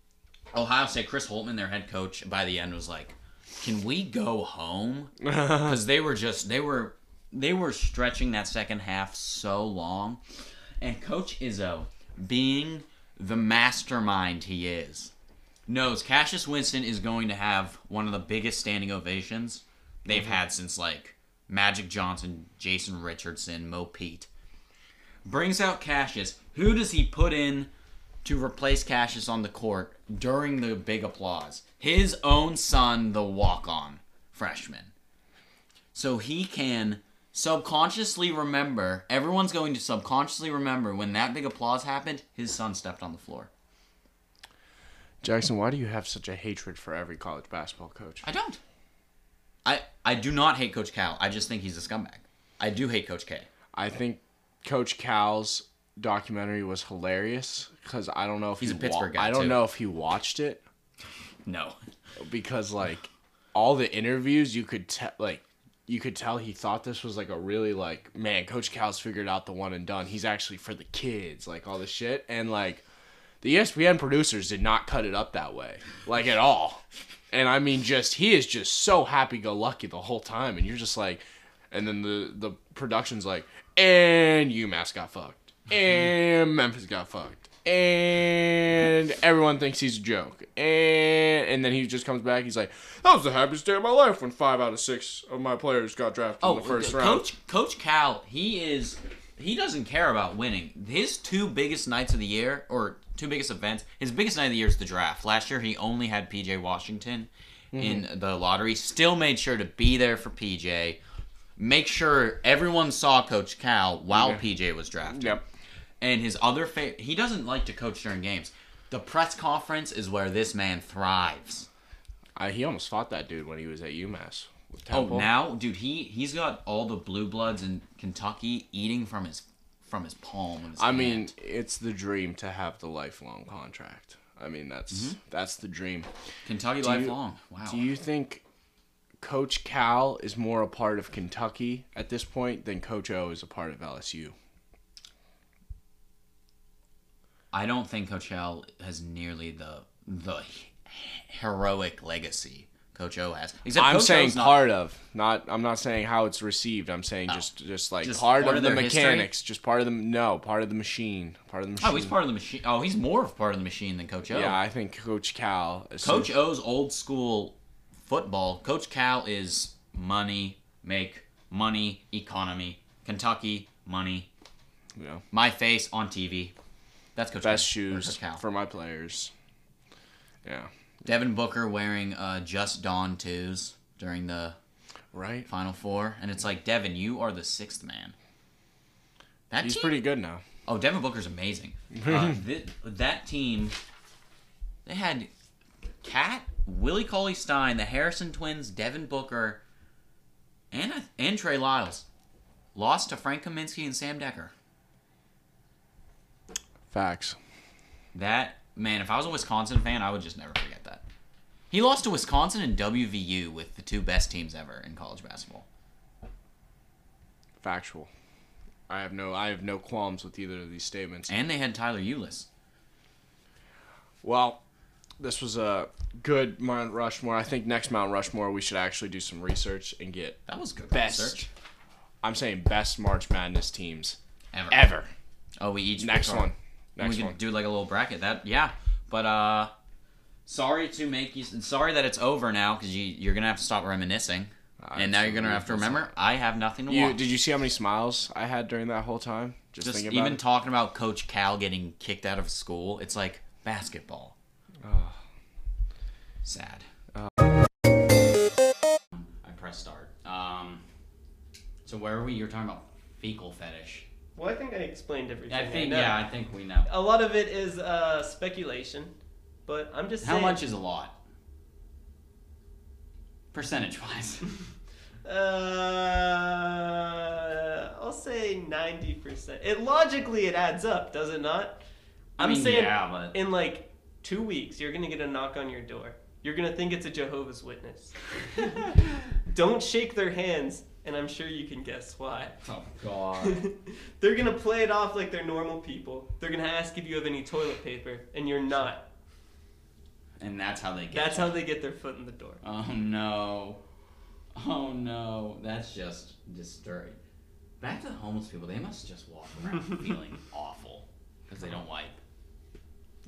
Ohio State, Chris Holtman, their head coach, by the end was like, "Can we go home?" Because they were just they were they were stretching that second half so long, and Coach Izzo, being the mastermind he is, knows Cassius Winston is going to have one of the biggest standing ovations they've had since like Magic Johnson, Jason Richardson, Mo Pete brings out Cassius. Who does he put in to replace Cassius on the court during the big applause? His own son, the walk on freshman. So he can subconsciously remember, everyone's going to subconsciously remember when that big applause happened, his son stepped on the floor.
Jackson, why do you have such a hatred for every college basketball coach?
I don't. I, I do not hate Coach Cal. I just think he's a scumbag. I do hate Coach K.
I think Coach Cal's documentary was hilarious because I don't know if
He's
he
a Pittsburgh
wa-
guy,
I don't
too.
know if he watched it
No.
because like all the interviews you could tell like you could tell he thought this was like a really like man coach cal's figured out the one and done he's actually for the kids like all this shit and like the E espn producers did not cut it up that way like at all and i mean just he is just so happy-go-lucky the whole time and you're just like and then the the production's like and umass got fucked and memphis got fucked and everyone thinks he's a joke. And and then he just comes back. He's like, "That was the happiest day of my life when five out of six of my players got drafted in the first
Oh, Coach,
round."
Coach Cal, he is he doesn't care about winning. His two biggest nights of the year, or two biggest events, his biggest night of the year is the draft. Last year he only had PJ Washington
Mm-hmm.
in the lottery. Still made sure to be there for PJ. Make sure everyone saw Coach Cal while PJ was drafted.
Mm-hmm. Yep.
And his other fa- he doesn't like to coach during games. The press conference is where this man thrives.
I, he almost fought that dude when he was at UMass. With
Oh,
Temple.
now, dude, he he's got all the blue bloods in Kentucky eating from his from his palm. and his
I
hand.
mean, it's the dream to have the lifelong contract. I mean, that's that's the dream.
Kentucky
you-
lifelong. Mm-hmm. Wow.
Do you think Coach Cal is more a part of Kentucky at this point than Coach O is a part of LSU?
I don't think Coach Al has nearly the the he- heroic legacy Coach O has. Except
I'm
Coach
saying
O's not- Oh.
part of, not. I'm not saying how it's received. I'm saying just, just like
Just
part,
part
of
of
the
their history?
mechanics, just part of the no, part of the machine, part of the machine.
Oh, he's part of the machine. Oh, he's more of part of the machine than Coach O.
yeah, I think Coach Cal. Is
Coach O's old school football. Coach Cal is money make money economy. Kentucky money.
you know,
My face on TV. That's Coach
best
Cal.
shoes
Coach Cal.
for my players. Yeah,
Devin Booker wearing uh, just Dawn twos during the
right.
Final Four, and it's like Devin, you are the sixth man. That
He's
team-
pretty good now.
Oh, Devin Booker's amazing. Uh, thi- that team, they had Cat, Willie Cauley Stein, the Harrison twins, Devin Booker, and and Trey Lyles. Lost to Frank Kaminsky and Sam Decker.
Facts.
That man, if I was a Wisconsin fan, I would just never forget that. He lost to Wisconsin and WVU with the two best teams ever in college basketball.
Factual. I have no. I have no qualms with either of these statements.
And they had Tyler Eulis.
Well, this was a good Mount Rushmore. I think next Mount Rushmore we should actually do some research and get
That was good
Best.
research.
I'm saying best March Madness teams
Ever.
ever.
Oh, we each
Next
picked our-
one. Next
we
one.
could do like a little bracket. That yeah. But uh sorry to make you sorry that it's over now cuz you you're going to have to stop reminiscing. and now you're going to have to remember I have nothing to
You
watch.
did you see how many smiles I had during that whole time? Just,
Just
thinking about
even
it.
talking about coach Cal getting kicked out of school, it's like basketball. Sad. I press start. Um, so where are we? You're talking about fecal fetish.
Well, I think I explained everything.
I think
know.
yeah, I think we know.
A lot of it is uh, speculation, but I'm just
How
saying,
much is a lot? Percentage wise.
Uh, I'll say ninety percent. It logically it adds up, does it not?
I
I'm
mean,
saying
yeah, but-
in like two weeks you're gonna get a knock on your door. You're gonna think it's a Jehovah's Witness. Don't shake their hands, and I'm sure you can guess why.
oh god.
they're gonna play it off like they're normal people. They're gonna ask if you have any toilet paper, and you're not.
And that's how they get.
That's
you.
how they get their foot in the door.
Oh no. Oh no. That's just disturbing. Back to the homeless people. They must just walk around feeling awful because they don't wipe.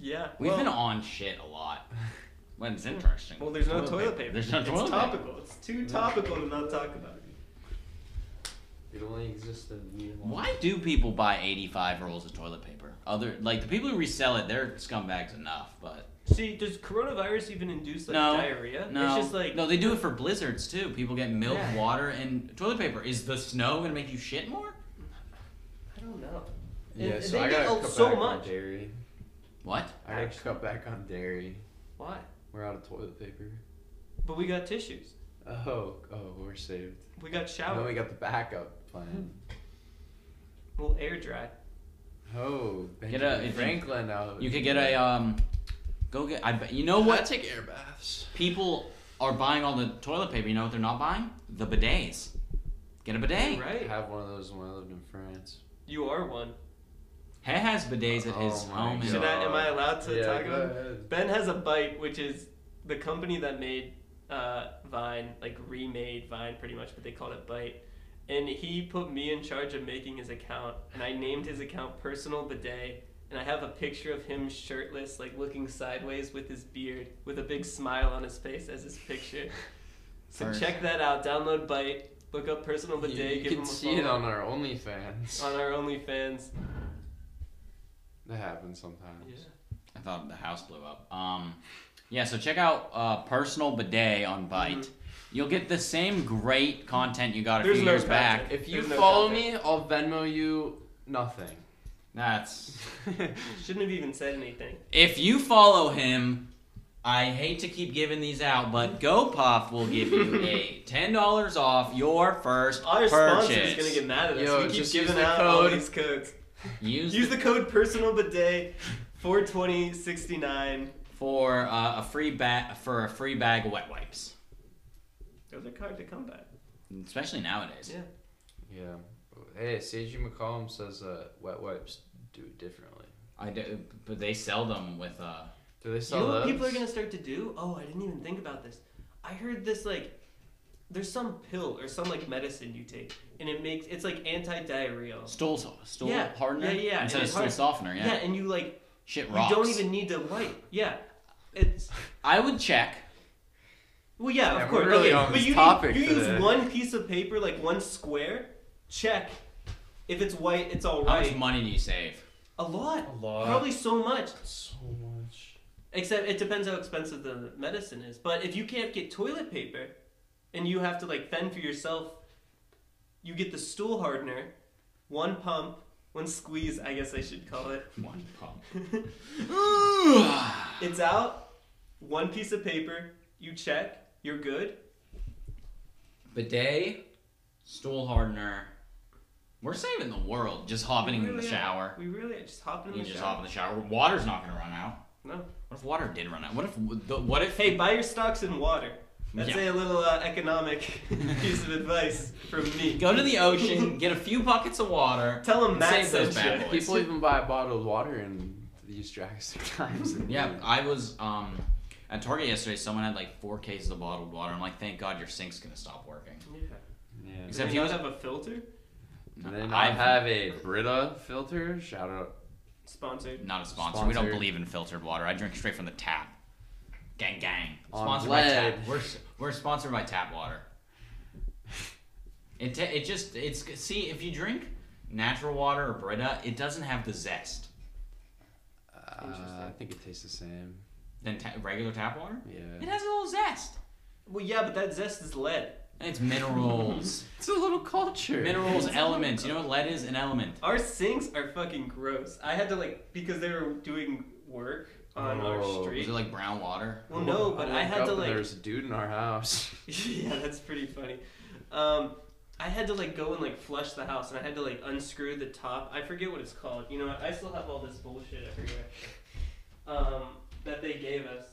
Yeah.
We've
well,
been on shit a lot. When it's interesting.
Well, there's no toilet paper.
There's no
it's
toilet paper.
topical. It's too topical to not talk about it.
It only exists in year one.
Why do people buy 85 rolls of toilet paper? Other like the people who resell it, they're scumbags enough, but
See, does coronavirus even induce like
no
diarrhea?
No,
It's just like
no, they do it for blizzards too. People get milk,
Yeah.
water, and toilet paper. Is the snow gonna make you shit more?
I don't know. And-
Yeah,
and
so
they
I
get
gotta
old
cut
so
back
much.
on dairy.
What?
I gotta cut back on dairy.
Why?
We're out of toilet paper.
But we got tissues.
Oh, oh, we're saved.
We got
And then
shower.
we got the backup plan.
We'll air dry. Hmm.
Oh,
Get a-
Benjamin
if you-
Franklin out.
You could get a uh, um, go get. I bet you know
I
what
take air baths.
people are buying all the toilet paper. You know what they're not buying? The bidets. Get a bidet.
Right.
have one of those when I lived in France.
You are one.
He has bidets at his
Oh my
home.
God.
Should I, am I allowed to
Yeah,
talk
go
about it?
ahead.
Ben has a bite, which is the company that made uh, Vine, like remade Vine pretty much, but they called it Bite. And he put me in charge of making his account, and I named his account Personal Bidet. And I have a picture of him shirtless, like looking sideways with his beard, with a big smile on his face as his picture. So
First.
check that out. Download Bite. Look up Personal
You,
Bidet.
you
give him
can
a
see it
follow.
on our OnlyFans.
on our OnlyFans.
that happens sometimes.
Yeah.
I thought the house blew up. Um, yeah, so check out uh, Personal Bidet on Bite. You'll get the same great content you got a
Mm-hmm. There's
few
no
years
content.
back.
If you
There's no
follow
topic.
me, I'll Venmo you nothing.
That's
Shouldn't have even said anything.
if you follow him. I hate to keep giving these out, but GoPuff will give you a ten dollars off your first purchase.
Our sponsor is gonna get mad at us.
Yo,
we keep
just use
giving
the
out all
code.
these codes.
Use
Use the code personal bidet 42069.
for uh, a free bag for a free bag of wet wipes,
Those are hard to come by.
especially nowadays.
Yeah.
Yeah. Hey, Sage McCollum says uh, wet wipes do it differently.
I do, but they sell them with uh.
Do they
You
sell
know what
those?
people are gonna start to do? Oh, I didn't even think about this. I heard this like there's some pill or some like medicine you take and it makes it's like anti diarrheal.
stool so- stool
Yeah,
hardener
yeah, yeah,
instead
and
of
it
stool
hard-
softener.
Yeah.
Yeah,
and you like
shit
you
rocks.
don't even need to wipe. Yeah. It's
I would check.
Well, yeah,
Yeah,
of
we're
course.
really
okay,
on
but
this
you, need-
topic
you
today.
use one piece of paper, like one square. Check. If it's white, it's all
How much
right.
money do you save?
A lot.
A lot.
Probably so much.
So much.
Except it depends how expensive the medicine is. But if you can't get toilet paper, and you have to like fend for yourself, you get the stool hardener, one pump, one squeeze. I guess I should call it.
One pump.
It's out. One piece of paper. You check. You're good.
Bidet, stool hardener. We're saving the world just hopping in the
Really-
shower.
We really just hop in
You
the
just
shower.
hop in the shower. Water's not gonna run out.
No.
What if water did run out? What if the, what if
Hey, buy your stocks in water. That's
Yeah.
a little uh, economic piece of advice from me.
go to the ocean, get a few buckets of water.
Tell them
and
Matt
save those
sent
bad
you.
boys.
People even buy a bottle of water in these drastic times.
Yeah, I was um at Target yesterday. Someone had like four cases of bottled water. I'm like, thank God your sink's gonna stop working.
Yeah.
Yeah.
Except-
Do
if
they
you-
not have a filter?
Do they
I-
not have a Brita filter? Shout out.
Sponsored.
Not a sponsor. We don't
Sponsor.
believe in filtered water. I drink straight from the tap. Gang gang.
On
Sponsored by
lead.
tap. We're, we're sponsored by tap water. It, ta it just it's see if you drink natural water or Brita, it doesn't have the zest.
Uh, I think it tastes the same.
than ta- regular tap water. It
Yeah.
has a little zest.
Well, yeah, but that zest is lead.
And it's minerals.
It's a little culture.
minerals, elements. You know what lead is? An element.
Our sinks are fucking gross. I had to like because they were doing work on
Oh,
our
Is
street.
it like brown water?
well, no, but I,
woke
had
up
to
and
like.
There was a dude in our house.
yeah, that's pretty funny. Um, I had to like go and like flush the house, and I had to like unscrew the top. I forget what it's called. You know, what? I still have all this bullshit everywhere um, that they gave us.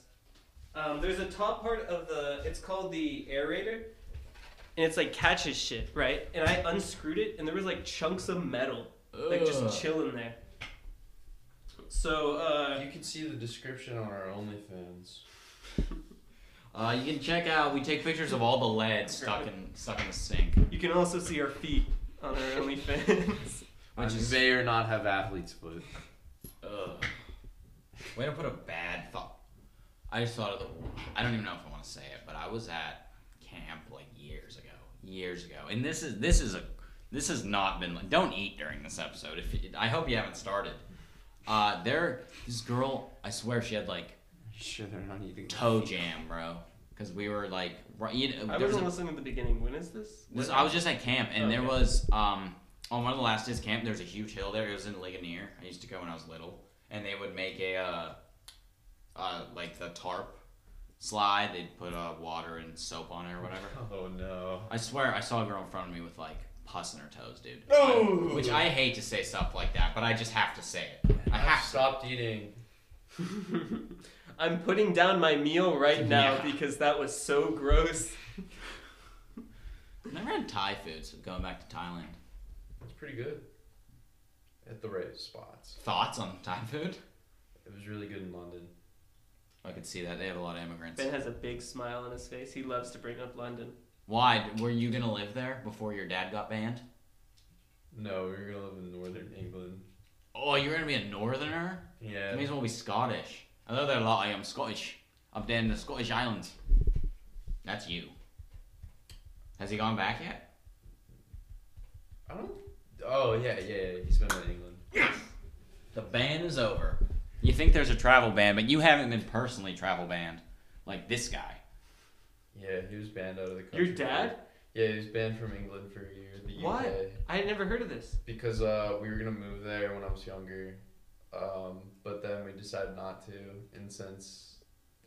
Um, there's a top part of the. It's called the aerator, and it's like catches shit, right? And I unscrewed it, and there was like chunks of metal, like
Ugh.
just chilling there. So uh,
You can see the description on our OnlyFans.
Uh, you can check out. We take pictures of all the lead stuck in stuck in the sink.
you can also see our feet on our OnlyFans.
Which
I
is-
may or not have athlete's foot.
Ugh. Way to put a bad thought. I just thought of the. I don't even know if I want to say it, but I was at camp like years ago, years ago, and this is this is a this has not been like. Don't eat during this episode. If you, I hope you haven't started. Uh, there, this girl. I swear she had like
Sure, they're not eating.
toe jam, bro. Because we were like, right, you know,
I
there was
wasn't
a-
listening at the beginning. When is this?
This, I was just at camp, and there
Okay.
was um on one of the last days of camp. There's a huge hill there. It was in Ligonier. I used to go when I was little, and they would make a uh, uh like the tarp slide. They'd put uh, water and soap on it or whatever.
Oh no.
I swear, I saw a girl in front of me with like pus in her toes, dude.
No!
I- which I hate to say stuff like that, but I just have to say it. I have. To.
stopped eating.
I'm putting down my meal right now
Yeah.
because that was so gross.
Never had Thai food, so going back to Thailand.
It's pretty good. At the right spots.
Thoughts on Thai food?
It was really good in London.
I could see that they have a lot of immigrants.
Ben has a big smile on his face. He loves to bring up London.
Why were you gonna live there before your dad got banned?
No, we were gonna live in northern England.
Oh, you're gonna be a northerner?
Yeah.
You may as well be Scottish. Although they're like, I am Scottish. Up there in the Scottish Islands. That's you. Has he gone back yet?
I don't. Oh yeah, yeah, yeah. He's been in England.
The ban is over. You think there's a travel ban, but you haven't been personally travel banned. Like this guy.
Yeah, he was banned out of the country.
Your dad?
For, yeah, he was banned from England for a year. The
Why?
UK.
I had never heard of this.
Because uh, we were gonna move there when I was younger, um, but then we decided not to, and since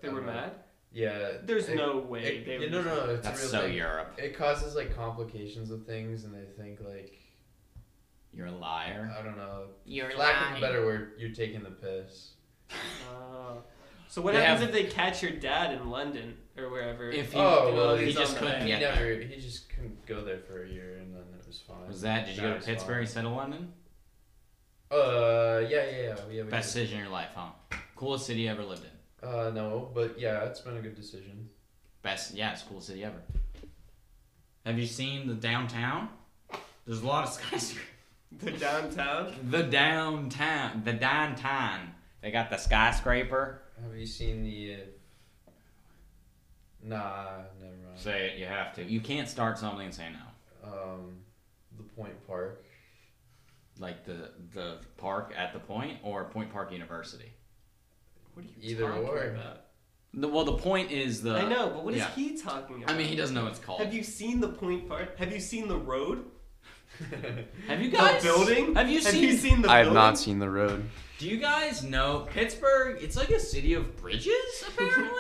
They
I
were
don't know.
mad.
Yeah.
There's
it-
no way
It,
they
yeah,
were.
no, no, no, it's a
That's
real
so
thing.
Europe.
It causes like complications of things, and they think like
You're a liar.
I don't know.
You're
For lack of a better word, you're taking the piss.
Oh. so what
They
happens
have-
if they catch your dad in London or wherever?
If he,
Oh, well,
he
he's
just
on the
couldn't
ban.
He
get there.
never, he just couldn't go there for a year, and then it was fine.
Was that? Did you
Now
go to
it's
Pittsburgh
fine.
instead of London?
Uh, yeah, yeah, yeah. We, yeah we
Best
did.
decision of your life, huh? Coolest city you ever lived in.
Uh, no, but yeah, it's been a good decision.
Best, yeah, it's the coolest city ever. Have you seen the downtown? There's a lot of skyscrapers.
the downtown.
The downtown, the downtown. They got the skyscraper.
Have you seen the? Uh... Nah, never mind.
Say it, you have to. You can't start something and say no.
Um, the Point Park.
Like the the park at the point or Point Park University.
What are you
Either
talking
or.
about?
The, well, the point is the.
I know, but what is
yeah.
he talking about?
I mean, he doesn't know what it's called.
Have you seen the point part? Have you seen the road?
Have you guys
The building?
Have you
Have
seen?
you seen the? building?
seen the road.
Do you guys know Pittsburgh? It's like a city of bridges, apparently.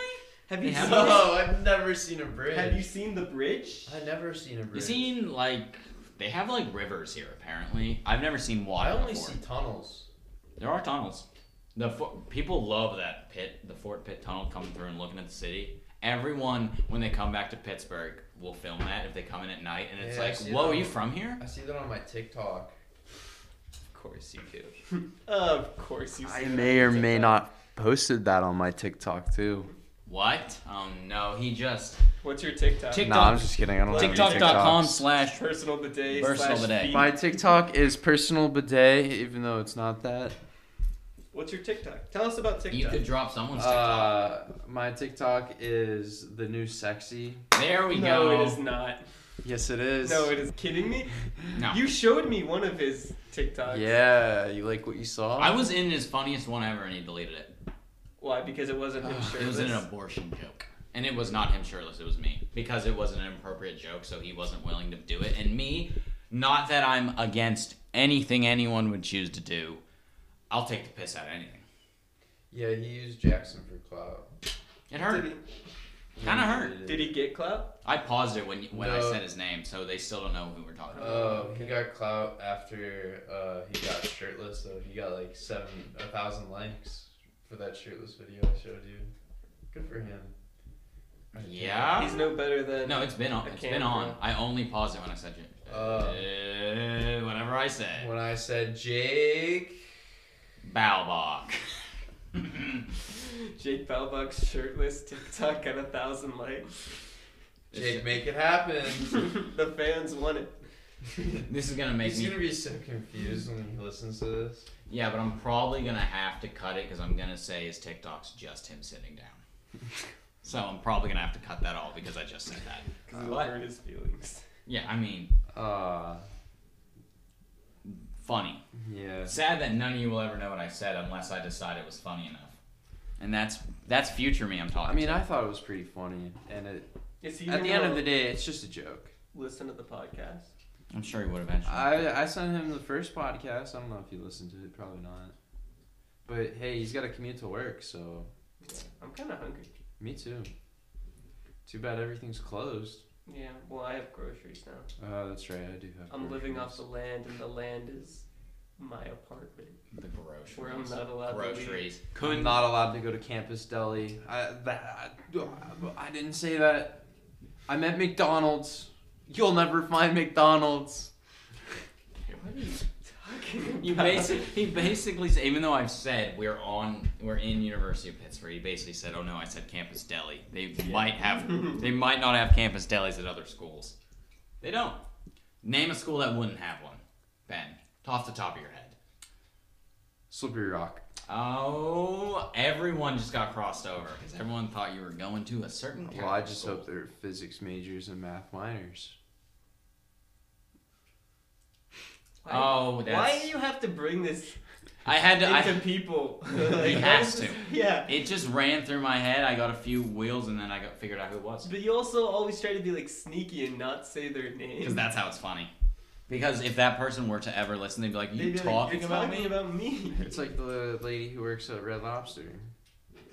Have you
They have
seen?
No, I've never seen a bridge.
Have you seen the bridge?
I've never seen a bridge.
You seen like they have like rivers here apparently. I've never seen water.
I only
before.
see tunnels.
There are tunnels. The fo- people love that pit, the Fort Pitt tunnel coming through and looking at the city. Everyone when they come back to Pittsburgh will film that if they come in at night and it's
Yeah, I
like,
see
"Whoa,
that.
are you from here?"
I see that on my TikTok.
Of course you do.
Of course you see.
I may or may
not
posted that on my TikTok too.
What? Oh no, he just
What's your TikTok?
Tik- Nah, I'm
just kidding. I don't
have any
TikTok.com slash
Personal bidet.
Personal
slash
bidet.
feet.
My TikTok is personal bidet, even though it's not that.
What's your TikTok? Tell us about
you
TikTok.
could drop someone's TikTok.
Uh, my TikTok is the new sexy.
there we
no,
go.
it is not.
Yes, it is.
No, it is. Kidding me?
No.
You showed me one of his TikToks.
Yeah, you like what you saw?
I was in his funniest one ever and he deleted it.
Why? Because it wasn't him
It
shirtless.
was an abortion joke. And it was not him shirtless, it was me. Because it was an inappropriate joke, so he wasn't willing to do it. And me, not that I'm against anything anyone would choose to do, I'll take the piss out of anything.
Yeah, he used Jackson for clout.
It hurt.
Did
Kinda hurt.
he, did he get clout?
I paused it when when I
No.
said his name, so they still don't know who we're talking about.
Uh, he got clout after uh, he got shirtless, so he got like seven, a thousand likes for that shirtless video I showed you. Good for him.
yeah.
Uh, He's no better than.
No, it's been on.
I
It's
can't
been on.
remember.
I only paused it when I said it. Uh, whatever I said.
When I said Jake,
Balbach.
Jake Balbuck's shirtless TikTok got a thousand likes.
Jake, make it happen.
the fans want it.
this is gonna make
He's
me.
gonna be so confused when he listens to this.
Yeah, but I'm probably gonna have to cut it because I'm gonna say his TikTok's just him sitting down. so I'm probably gonna have to cut that all because I just said that.
Because it'll
What?
hurt his feelings.
Yeah, I mean,
Ah,
funny.
yeah.
Sad that none of you will ever know what I said unless I decide it was funny enough. And that's that's future me I'm talking.
I mean,
to.
I thought it was pretty funny, and it,
Is he
at
even
the end of the
gonna
day, it's just a joke.
listen to the podcast?
I'm sure he would eventually.
I I sent him the first podcast. I don't know if he listened to it. Probably not. But hey, he's got to commute to work, so
I'm kind of hungry.
me too. Too bad everything's closed.
Yeah, well, I have groceries now.
Oh, that's right. I do have.
I'm living off the
groceries.
land, and the land is my apartment,
the groceries.
where I'm not allowed to leave.
groceries.
I'm
Couldn't.
not allowed to go to campus deli. I that I, I didn't say that. I meant McDonald's. You'll never find McDonald's.
What are you talking about?
You basically, he basically said, even though I've said we're on, we're in University of Pittsburgh, he basically said, "Oh no, I said campus deli. They might have, they might not have campus delis at other schools. They don't. Name a school that wouldn't have one, Ben, off the top of your head.
Slippery Rock.
Oh, everyone just got crossed over because everyone thought you were going to a certain.
Well, I
Catholic
just
school.
hope they're physics majors and math minors.
Why-
Oh,
Why
that's.
do you have to bring this
I had to.
into
I,
people?
He
why
has
is this-
to.
Yeah.
it just ran through my head. I got a few wheels, and then I got figured out who it was.
But you also always try to be like sneaky and not say their name.
Because that's how it's funny. Because if that person were to ever listen, they'd be like,
They'd
"You
be like,
talking
"You're
about
talking
me?"
about me.
It's like the lady who works at Red Lobster.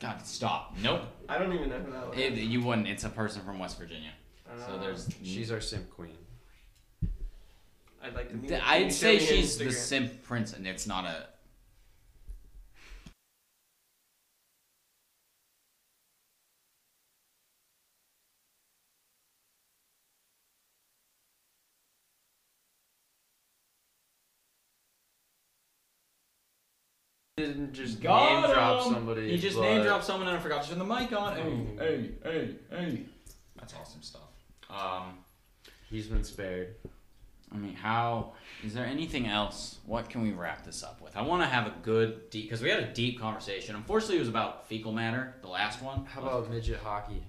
God, stop. Nope.
I don't even know who that was.
It- you wouldn't. It's a person from West Virginia.
Uh,
So there's.
She's our simp queen.
I'd like to. meet
Th-
her. Can you
I'd
show
say
me her
she's the
Instagram?
simp prince, and it's not a.
He didn't just
Got
name drop
him!
somebody.
You just
but
name dropped someone, and I forgot to turn the mic on.
Oh.
Hey, hey, hey, hey. That's awesome stuff. Um,
He's been spared.
I mean, how is there anything else? What can we wrap this up with? I want to have a good deep because we had a deep conversation. Unfortunately, it was about fecal matter. The last one.
How about midget hockey?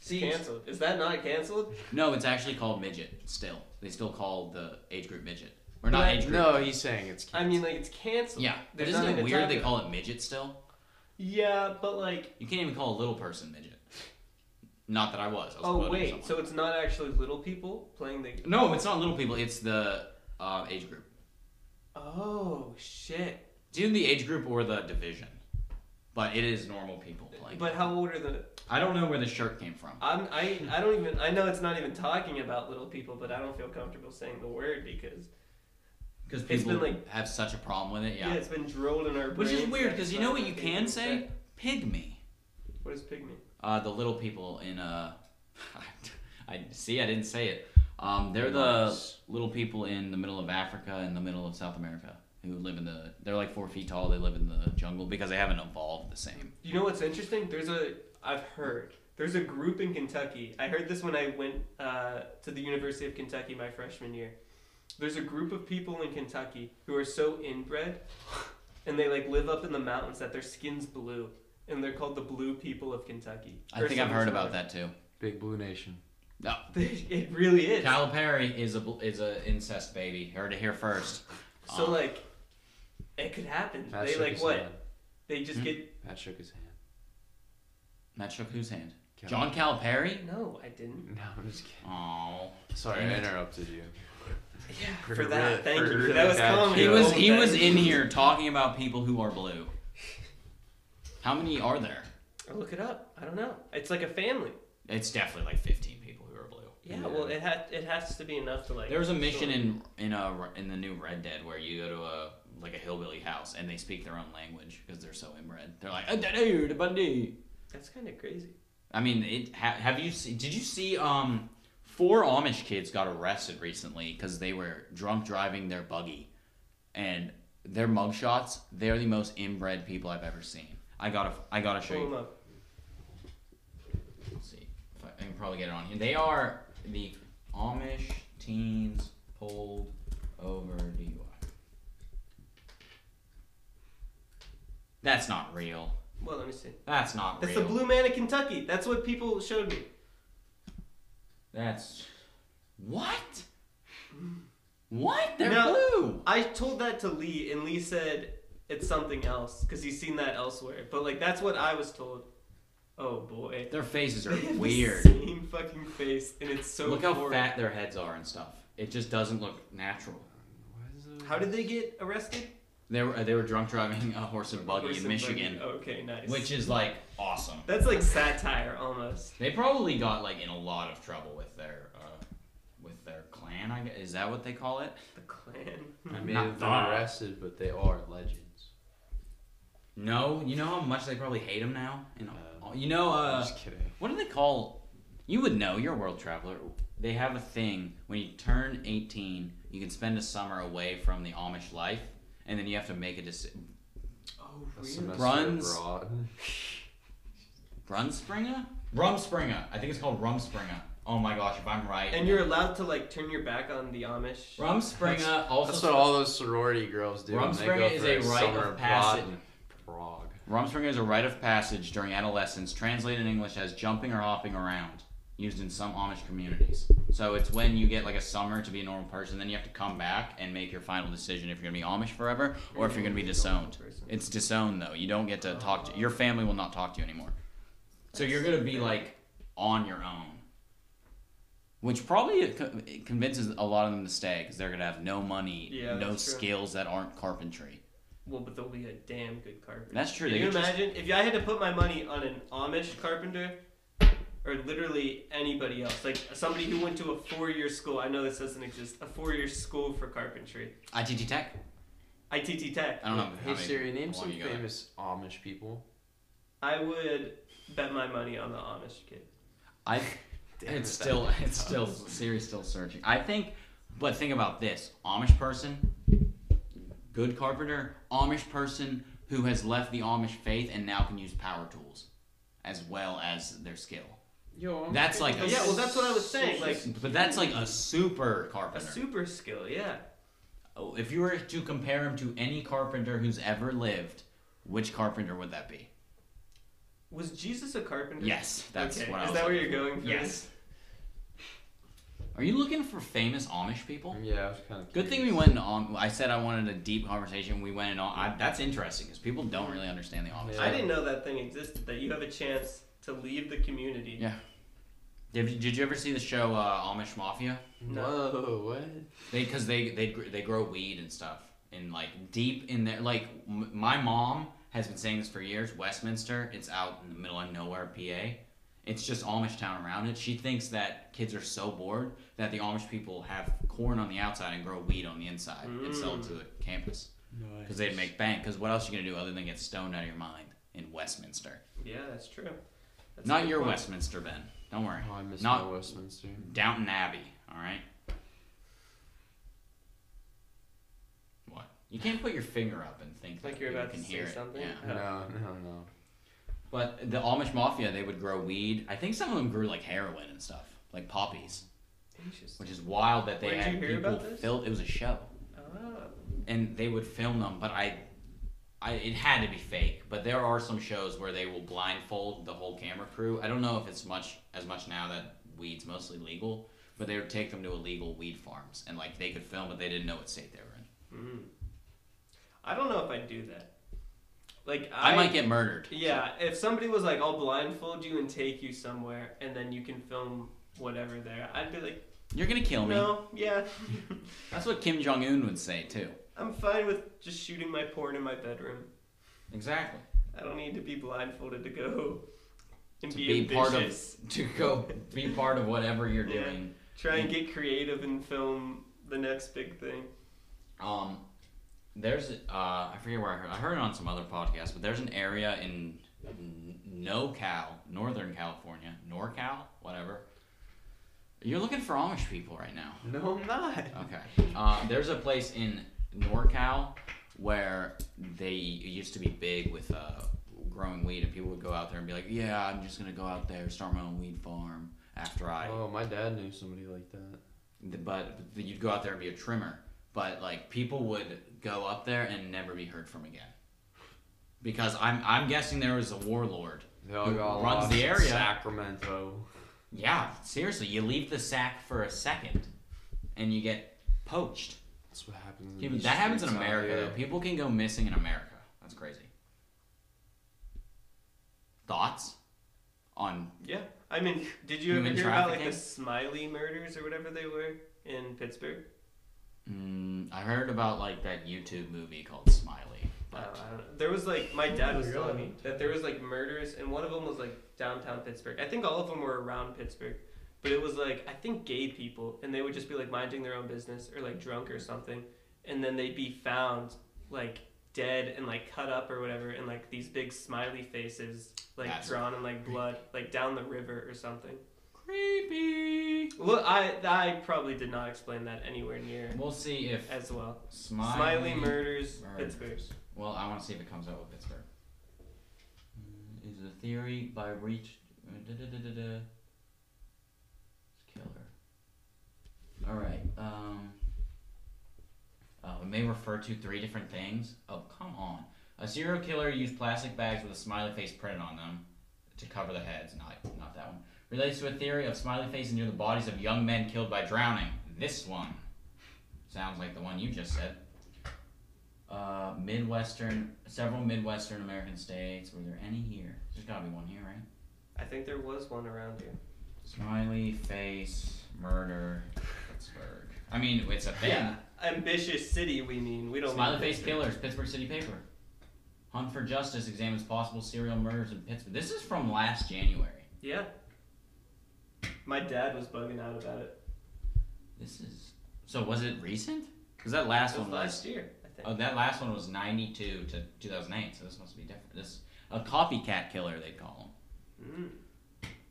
See,
canceled? Is that not canceled?
No, it's actually called midget. Still, they still call the age group midget. We're not
But-
age group.
No, he's saying it's.
I mean, like it's canceled.
Yeah, but
There's
isn't
nothing
it
to
weird
talk
they
about.
call it midget still?
Yeah, but like,
You can't even call a little person midget. Not that I was. I was
oh
quoting
wait,
someone.
so it's not actually little people playing the.
no, it's not little people. It's the uh, age group.
Oh shit!
It's either the age group or the division, but it is normal people playing.
But how old are the?
I don't know where the shirt came from.
I'm I I don't even I know it's not even talking about little people, but I don't feel comfortable saying the word because
Because
It's
people
been, like-
have such a problem with it.
yeah,
Yeah,
it's been drilled in our.
which is
brains
weird
that
because you
it's
know
not
what you
okay
can
to
say? Pigmy.
What is pygmy?
Uh, the little people in uh, I see. I didn't say it. Um, they're the
Nice.
little people in the middle of Africa and the middle of South America who live in the. They're like four feet tall. They live in the jungle because they haven't evolved the same.
You know what's interesting? There's a I've heard there's a group in Kentucky. I heard this when I went uh, to the University of Kentucky my freshman year. There's a group of people in Kentucky who are so inbred, and they like live up in the mountains that their skin's blue, and they're called the Blue People of Kentucky.
I
or
think I've
something
heard
similar.
about that too.
Big Blue Nation.
it really is.
Calipari is a bl- is a incest baby. Heard it here first.
So
Um,
like, it could happen.
That
they
shit
like
is
what?
bad.
They just
Hmm?
get
Pat shook his hand.
Matt shook whose hand?
Cal-
John Calipari?
no, I didn't.
No, I'm just kidding.
Oh,
Sorry,
Damn
I
it.
interrupted you.
Yeah, for,
For
that.
real-
thank
for
you.
real
That was
catch.
comedy.
he
Yeah.
was
gold,
he
thank
was
you.
in here talking about people who are blue. How many are there?
I'll Look it up. I don't know. It's like a family.
It's definitely like fifteen people who are blue.
Yeah.
Yeah.
Well, it had it has to be enough to like.
There was a mission
sort of-
in in a in the new Red Dead where you go to a like a hillbilly house and they speak their own language because they're so inbred. They're like, "Ah, da, da, da, da, da."
That's kind of crazy.
I mean, it, ha, have you see, did you see um four Amish kids got arrested recently because they were drunk driving their buggy, and their mugshots they're the most inbred people I've ever seen. I gotta I gotta show
Pull them
you.
up.
Let's see, if I, I can probably get it on here. They are the Amish teens pulled over DUI. That's not real.
Well, let me see.
That's not
That's
real.
the blue man of Kentucky. That's what people showed me.
That's what? What? They're
No.
blue.
I told that to Lee, and Lee said it's something else because he's seen that elsewhere. But like that's what I was told. Oh boy,
Their faces
They
are
have the
weird.
same fucking face, and it's so.
Look how
foreign.
fat their heads are and stuff. It just doesn't look natural.
Why is it-
How did they get arrested?
They were uh, they were drunk driving a horse and buggy
Horse
in
and
Michigan,
buggy. Okay, nice.
which is like awesome.
that's like satire almost.
They probably got like in a lot of trouble with their uh, with their clan. I guess. is that what they call it?
The Klan.
I may
Not
have been
that.
arrested, but they are legends.
No, you know how much they probably hate them now. And
Uh,
you know,
I'm
uh,
just kidding.
What do they call? You would know. You're a world traveler. They have a thing when you turn 18, you can spend a summer away from the Amish life, and then you have to make a decision.
Oh,
A semester
Runs.
abroad.
Brunspringer? Rumspringer. I think it's called Rumspringer. Oh my gosh, if I'm right.
And you're allowed to like turn your back on the Amish.
Rumspringer also.
That's what all those sorority girls do. when they go
Rumspringa is
for
a rite
summer
of
abroad
passage.
in Prague.
Rumspringer is a rite of passage during adolescence, translated in English as jumping or hopping around, used in some Amish communities. So it's when you get like a summer to be a normal person, then you have to come back and make your final decision if you're gonna be Amish forever or if you're gonna be disowned. It's disowned though. You don't get to talk to your family will not talk to you anymore. So you're gonna be like on your own, which probably it co- it convinces a lot of them to stay because they're gonna have no money,
Yeah,
no
that's true.
skills that aren't carpentry.
Well, but they'll be a damn good carpenter.
That's true.
Can
they
you
could just-
imagine if I had to put my money on an Amish carpenter or literally anybody else, like somebody who went to a four-year school? I know this doesn't exist. A four-year school for carpentry,
ITT Tech.
ITT Tech.
I don't know. how
Hey
many-
Siri, name
how
some
long you got.
famous Amish people.
I would bet my money on the Amish kid.
I
Damn
it's
it, that
still
makes
it's
sense.
still Siri's still searching. I think, but think about this: Amish person, good carpenter, Amish person who has left the Amish faith and now can use power tools, as well as their skill.
Yo, I'm
That's like a
But yeah, well, that's what I was saying. Like
But that's like a super
a
carpenter.
super skill, yeah.
Oh, if you were to compare him to any carpenter who's ever lived, which carpenter would that be?
Was Jesus a carpenter?
Yes, that's
Okay,
what I
is
was
that where
looking
you're
for.
going for
Yes. Are you looking for famous Amish people?
Yeah, I was kind of.
Good thing we went on. I said I wanted a deep conversation. We went in on. I, that's interesting because people don't really understand the Amish.
Yeah.
I didn't know that thing existed. That you have a chance to leave the community.
Yeah. Did, you- did you ever see the show uh, Amish Mafia?
No, what?
They because they they gr- they grow weed and stuff and like deep in there. Like m- my mom has been saying this for years. Westminster, it's out in the middle of nowhere, PA. It's just Amish town around it. She thinks that kids are so bored that the Amish people have corn on the outside and grow weed on the inside and sell it to
Mm.
the campus. Because they'd make bank. Because what else you gonna do other than get stoned out of your mind in Westminster?
Yeah, that's true. That's a
Not
good
your
point.
Westminster, Ben. Don't worry.
Oh, I miss
Not-
my Westminster.
Downton Abbey. All right. What? You can't put your finger up and think
Like
that
you're
people
about to
can
say
hear it.
something?
Yeah.
No, no, no.
But the Amish Mafia, they would grow weed. I think some of them grew like heroin and stuff, like poppies,
Interesting.
which is wild that they
Where'd
had
you hear
people
about this?
fil- It was a show.
Ah.
and they would film them but i I, it had to be fake, but there are some shows where they will blindfold the whole camera crew. I don't know if it's much as much now that weed's mostly legal, but they would take them to illegal weed farms and like they could
hmm.
film, but they didn't know what state they were in.
Mm. I don't know if I'd do that. Like I,
I might get murdered.
Yeah, if somebody was like, "I'll blindfold you and take you somewhere, and then you can film whatever there," I'd be like,
You're gonna kill me.
"No, yeah,
That's what Kim Jong Un would say too.
I'm fine with just shooting my porn in my bedroom.
Exactly.
I don't need to be blindfolded to go and
To
be,
be part of
ambitious.
to go be part of whatever you're
Yeah.
doing.
Try and get creative and film the next big thing.
Um, there's uh, I forget where I heard. I heard it on some other podcast, but there's an area in N- NoCal, Northern California, NorCal, whatever. You're looking for Amish people right now.
No, I'm not.
Okay. Uh, there's a place in NorCal where they it used to be big with uh, growing weed, and people would go out there and be like, "Yeah, I'm just gonna go out there start my own weed farm." After I,
Oh, my dad knew somebody like that.
but you'd go out there and be a trimmer. But like people would go up there and never be heard from again, because I'm I'm guessing there was a warlord.
They all
Who
got
runs
lost
the
in
area?
Sacramento.
Yeah, seriously, you leave the sack for a second, and you get poached.
That's what happens. In
Dude,
these
that happens in
streets out
America
here.
though. People can go missing in America. That's crazy. Thoughts on
Yeah, I mean, did you
Human
ever hear about like the
trafficking?
Smiley murders or whatever they were in Pittsburgh?
mm, I heard about like that YouTube movie called Smiley.
Uh, I
But
don't know. There was like my dad was
Really?
telling me that there was like murders, and one of them was like downtown Pittsburgh. I think all of them were around Pittsburgh, but it was like I think gay people, and they would just be like minding their own business or like drunk or something, and then they'd be found like dead and like cut up or whatever, and like these big smiley faces like
That's
drawn in like blood, like down the river or something.
creepy.
Well, I I probably did not explain that anywhere near
We'll see if
as well.
Smiley,
Smiley murders,
murders.
Pittsburgh.
Well, I want to see if it comes out with Pittsburgh. Mm, Is a theory by Reach uh, da, da, da, da, da. Killer. All right. Um. Uh, we may refer to three different things. Oh, come on. A serial killer used plastic bags with a smiley face printed on them to cover the heads. Not, not that one. Relates to a theory of smiley faces near the bodies of young men killed by drowning. This one. Sounds like the one you just said uh, Midwestern, several Midwestern American states. Were there any here? There's gotta be one here, right?
I think there was one around here.
Smiley face murder, Pittsburgh. I mean, it's a thing.
Yeah, ambitious city. We mean we don't.
Smiley
mean
face
Pittsburgh.
killers, Pittsburgh City paper. Hunt for justice examines possible serial murders in Pittsburgh. This is from last January.
Yeah. My dad was bugging out about it.
This is so. Was it recent? Because that last
It was
one was
last year, I think.
Oh, that last one was 92 to 2008, so this must be different. This a copycat killer they call
Mm.
him.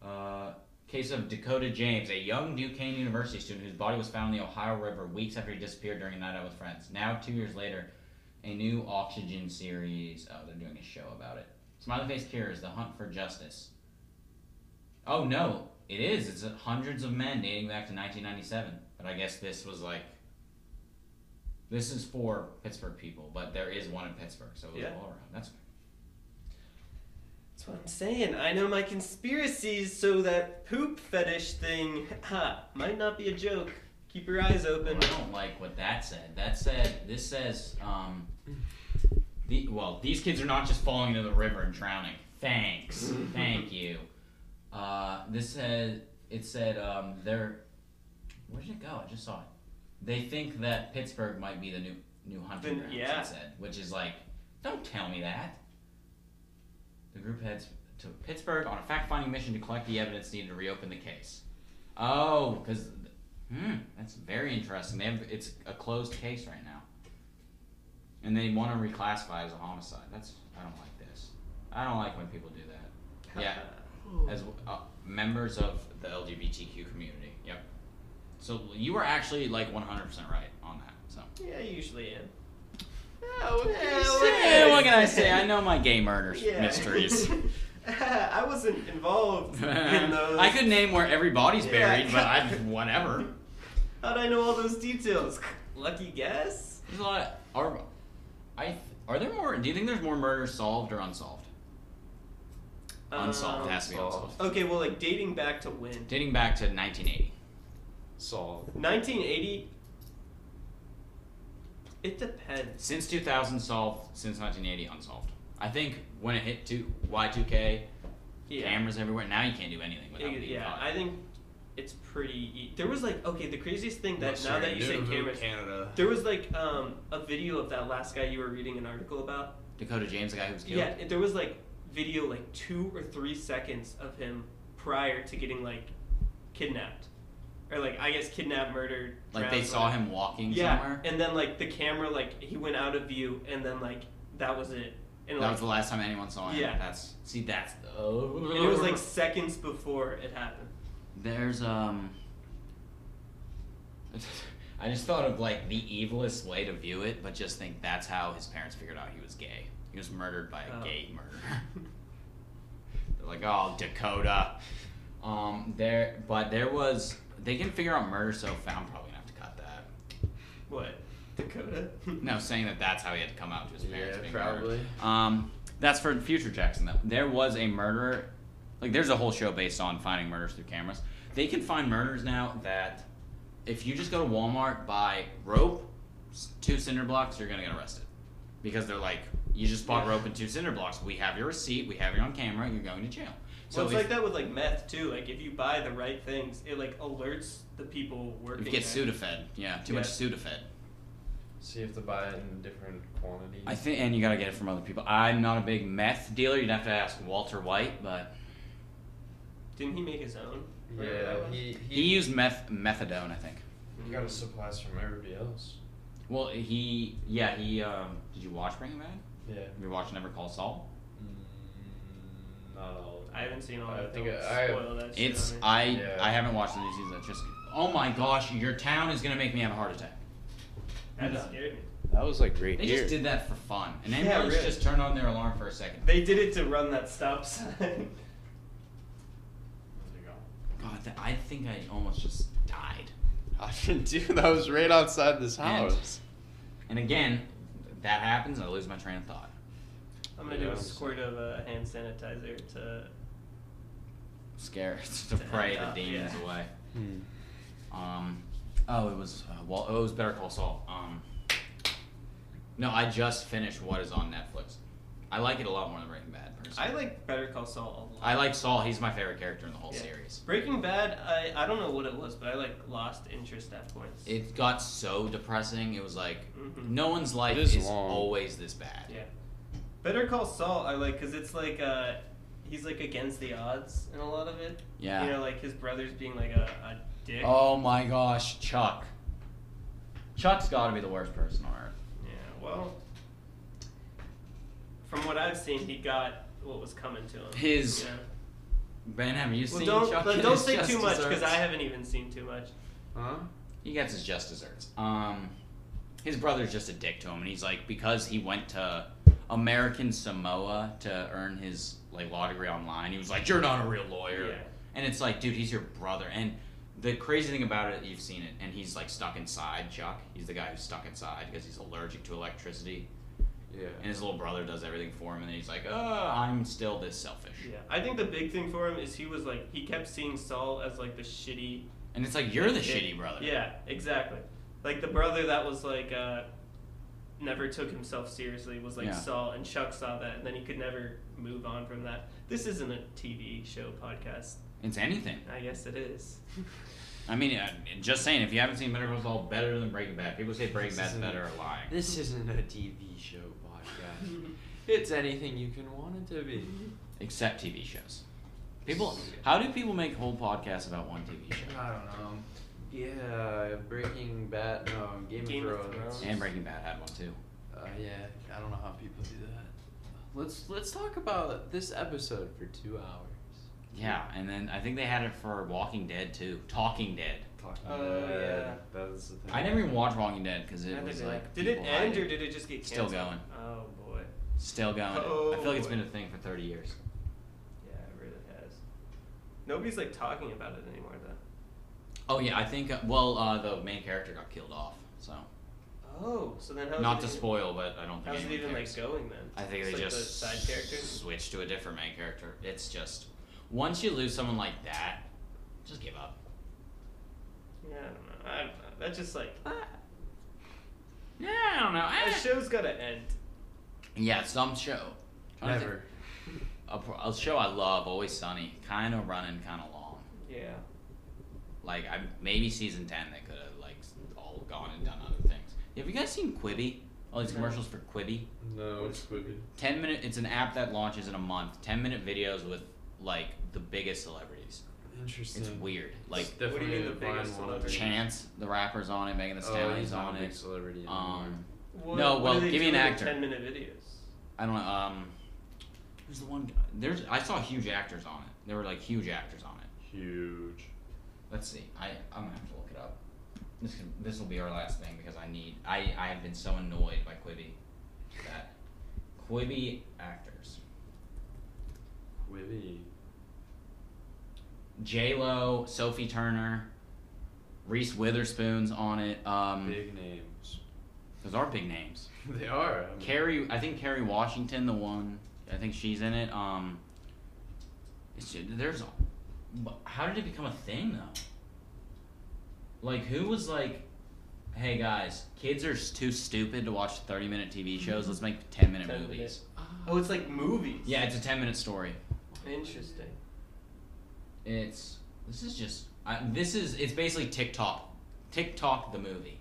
Uh, case of Dakota James, a young Duquesne University student whose body was found in the Ohio River weeks after he disappeared during a night out with friends. Now, two years later, a new Oxygen series. Oh, they're doing a show about it. Smiley Face Cures: The Hunt for Justice. Oh no, it is. It's hundreds of men dating back to 1997. But I guess this was like. This is for Pittsburgh people, but there is one in Pittsburgh, so it was
Yeah.
all around. That's
That's what I'm saying. I know my conspiracies, so that poop fetish thing ha, might not be a joke. Keep your eyes open.
Well, I don't like what that said. That said, this says, um, the, well, these kids are not just falling into the river and drowning. Thanks, thank you. Uh, this said, it said, um, they're, where did it go? I just saw it. They think that Pittsburgh might be the new new hunting
Then-
grounds.
yeah.
It said, which is like, don't tell me that. The group heads to Pittsburgh on a fact-finding mission to collect the evidence needed to reopen the case. Oh, because Hmm, that's very interesting. They have, it's a closed case right now, and they want to reclassify it as a homicide. That's I don't like this. I don't like when people do that. Yeah, as uh, members of the LGBTQ community. Yep. So you were actually like 100% right on that. So.
yeah, I usually am.
Eh, Oh, what can I say? I know my gay murder
Yeah.
mysteries.
I wasn't involved in those.
I could name where everybody's
Yeah.
buried, but I whatever.
How'd I know all those details? Lucky guess?
There's a lot. Of, are I? th- Are there more? Do you think there's more murders solved or unsolved? Unsolved
Um,
it has to be unsolved.
Okay, well, like dating back to when?
Dating back to 1980.
Solved.
1980. It depends.
Since 2000 solved. Since 1980 unsolved. I think when it hit two Y two K,
Yeah.
cameras everywhere. Now you can't do anything without
It-
being
yeah,
caught.
I think it's pretty. E- there was like okay, the craziest thing that
Unless
now
you're
that you
new
say
to
cameras,
Canada.
there was like um a video of that last guy you were reading an article about.
Dakota James, the guy who was killed.
Yeah, it- there was like video like two or three seconds of him prior to getting like kidnapped, or like I guess kidnapped, murdered.
like they
drowned,
saw
whatever.
him walking
Yeah,
somewhere.
and then like the camera like he went out of view, and then like that was it. And
that
like
was the last time anyone saw him.
Yeah.
That's see that's oh.
and it was like seconds before it happened.
There's um. I just thought of like the evilest way to view it, but just think that's how his parents figured out he was gay. He was murdered by a
Oh.
gay murderer. They're like, oh Dakota. Um, there, but there was they can figure out murder, so found probably gonna have to cut that.
What Dakota?
No, saying that that's how he had to come out to his parents.
Yeah,
being murdered.
probably.
Um, that's for future Jackson though. There was a murderer. Like, there's a whole show based on finding murders through cameras. They can find murders now that if you just go to Walmart, buy rope, s- two cinder blocks, you're gonna get arrested because they're like, you just bought
Yeah.
rope and two cinder blocks. We have your receipt. We have you on camera. You're going to jail.
So it's
if-
like that with like meth too. Like if you buy the right things, it like alerts the people working.
If you get
there.
Sudafed, yeah, too much Sudafed.
So you have to buy it in different quantities.
I think, and you gotta get it from other people. I'm not a big meth dealer. You'd have to ask Walter White, but
Didn't he make his own? Whatever
Yeah,
that was?
he,
he used meth methadone, I think.
he got his supplies from everybody else.
Well, he, yeah, he. Um, did you watch Breaking Bad?
Yeah.
You watched Never Call Saul?
Mm, not all. of
I haven't seen all
I
that.
think
Don't
I- I-
spoil that shit
It's
on me.
I.
Yeah.
I haven't watched the new season. It's just, oh my gosh, your town is gonna make me have a heart attack.
That
Yeah.
scared me.
That was like right
They just did that for fun, and
Yeah,
ambulance
really.
just turned on their alarm for a second.
They did it to run that stop sign.
There you go.
God, that, I think I almost just died.
I didn't do that. Was right outside this
And-
house.
And again, that happens, and I lose my train of thought.
I'm gonna do
Yeah.
a squirt of uh, hand sanitizer to.
Scared to pray the
Yeah.
demons away.
Hmm.
Um, oh, it was uh, well, oh, it was Better Call Saul. Um, no, I just finished what is on Netflix. I like it a lot more than Breaking Bad. Personally.
I like Better Call Saul a lot.
I like Saul. He's my favorite character in the whole
Yeah.
series.
Breaking Bad. I I don't know what it was, but I like lost interest at points.
It got so depressing. It was like
Mhm.
no one's life
It is
is
long.
always this bad.
Yeah. Better Call Saul, I like because it's like uh, he's like against the odds in a lot of it.
Yeah.
You know, like his brother's being like a, a dick.
Oh my gosh, Chuck. Chuck's got to be the worst person on earth.
Yeah. Well, from what I've seen, he got what was coming to him.
His-
Yeah.
Ben, have you
Well,
seen
don't
Chuck?
but
It
don't
is
say
just
too much because
desserts.
I haven't even seen too much.
Huh?
He gets his just desserts. Um, his brother's just a dick to him, and he's like, because he went to American Samoa to earn his like law degree online, he was like, "You're not a real lawyer,"
Yeah.
and it's like, dude, he's your brother. And the crazy thing about it, you've seen it, and he's like stuck inside. Chuck, he's the guy who's stuck inside because he's allergic to electricity,
Yeah.
and his little brother does everything for him, and then he's like, "Oh, I'm still this selfish,"
Yeah. I think the big thing for him is he was like he kept seeing Saul as like the shitty.
and it's like, "You're the
dick.
shitty brother."
Yeah. Exactly. Like the brother that was like. uh Never took himself seriously was like
Yeah.
Saul and Chuck saw that and then he could never move on from that. This isn't a TV show podcast.
It's anything.
I guess it is.
I mean, uh, just saying, if you haven't seen Better Call Saul, better than Breaking Bad. People say Breaking
This
Bad's
isn't-
better are lying.
This isn't a TV show podcast. it's anything you can want it to be.
Except TV shows. People, how do people make whole podcasts about one TV show?
I don't know. Yeah, Breaking Bad, no, Game,
Game
of
of
Thrones.
Thrones.
And Breaking Bad had one too.
Uh, yeah, I don't know how people do that. Let's let's talk about this episode for two hours.
Yeah, and then I think they had it for Walking Dead too. Talking Dead.
Talking
Oh,
about
yeah.
that was the thing.
I never even watched Walking Dead because it
Neither
was
did I.
like.
did it
people
end
hiding.
or did it just get
Still
canceled?
going.
Oh boy,
Still going. I feel like it's been a thing for 30 years.
yeah, it really has. Nobody's like talking about it anymore though.
Oh, yeah, I think, uh, well, uh, the main character got killed off, so.
Oh, so then how's
Not
it
to
even-
spoil, but I don't think
How's it
anyone
even
cares.
like going then?
I think
It's,
they
like,
just
the side characters.
switch to a different main character. It's just once you lose someone like that, just give up.
Yeah, I don't know. I don't know. That's just like
Yeah, I don't know.
the show's gotta end.
Yeah, some show. Trying to
Never.
A, pro- a show I love, Always Sunny, kind of running, kind of long.
Yeah.
Like I maybe season ten, they could have like all gone and done other things. Have you guys seen Quibi? All these
No.
commercials for Quibi.
No, it's Quibi.
10 minute it's an app that launches in a month 10 minute videos with like the biggest celebrities
Interesting.
it's weird like
It's definitely
What do you mean the
a Vine
biggest
one.
celebrity?
chance the rappers on it megan the
Oh,
stallion's
he's not
on
a big
it
celebrity anymore.
um
What,
No,
what
well,
do they
give me
do
an
with
actor.
Ten minute videos.
i don't know um who's the one guy? there's i saw huge actors on it there were like huge actors on it
Huge.
let's see i i'm gonna have to look it up this can, this will be our last thing because i need i i have been so annoyed by quibi that quibi actors
Quibi.
J Lo, Sophie Turner, Reese Witherspoon's on it. Um,
Big names.
those are big names.
they are. I mean,
Carrie, I think Carrie Washington, the one, I think she's in it. Um, it's ju- there's, but how did it become a thing though? Like who was like, hey guys, kids are s- too stupid to watch thirty minute TV shows. Let's make ten minute
10
movies.
minute. Oh, it's like movies.
Yeah, it's a ten minute story.
Interesting.
It's this is just I, this is it's basically TikTok, TikTok the movie,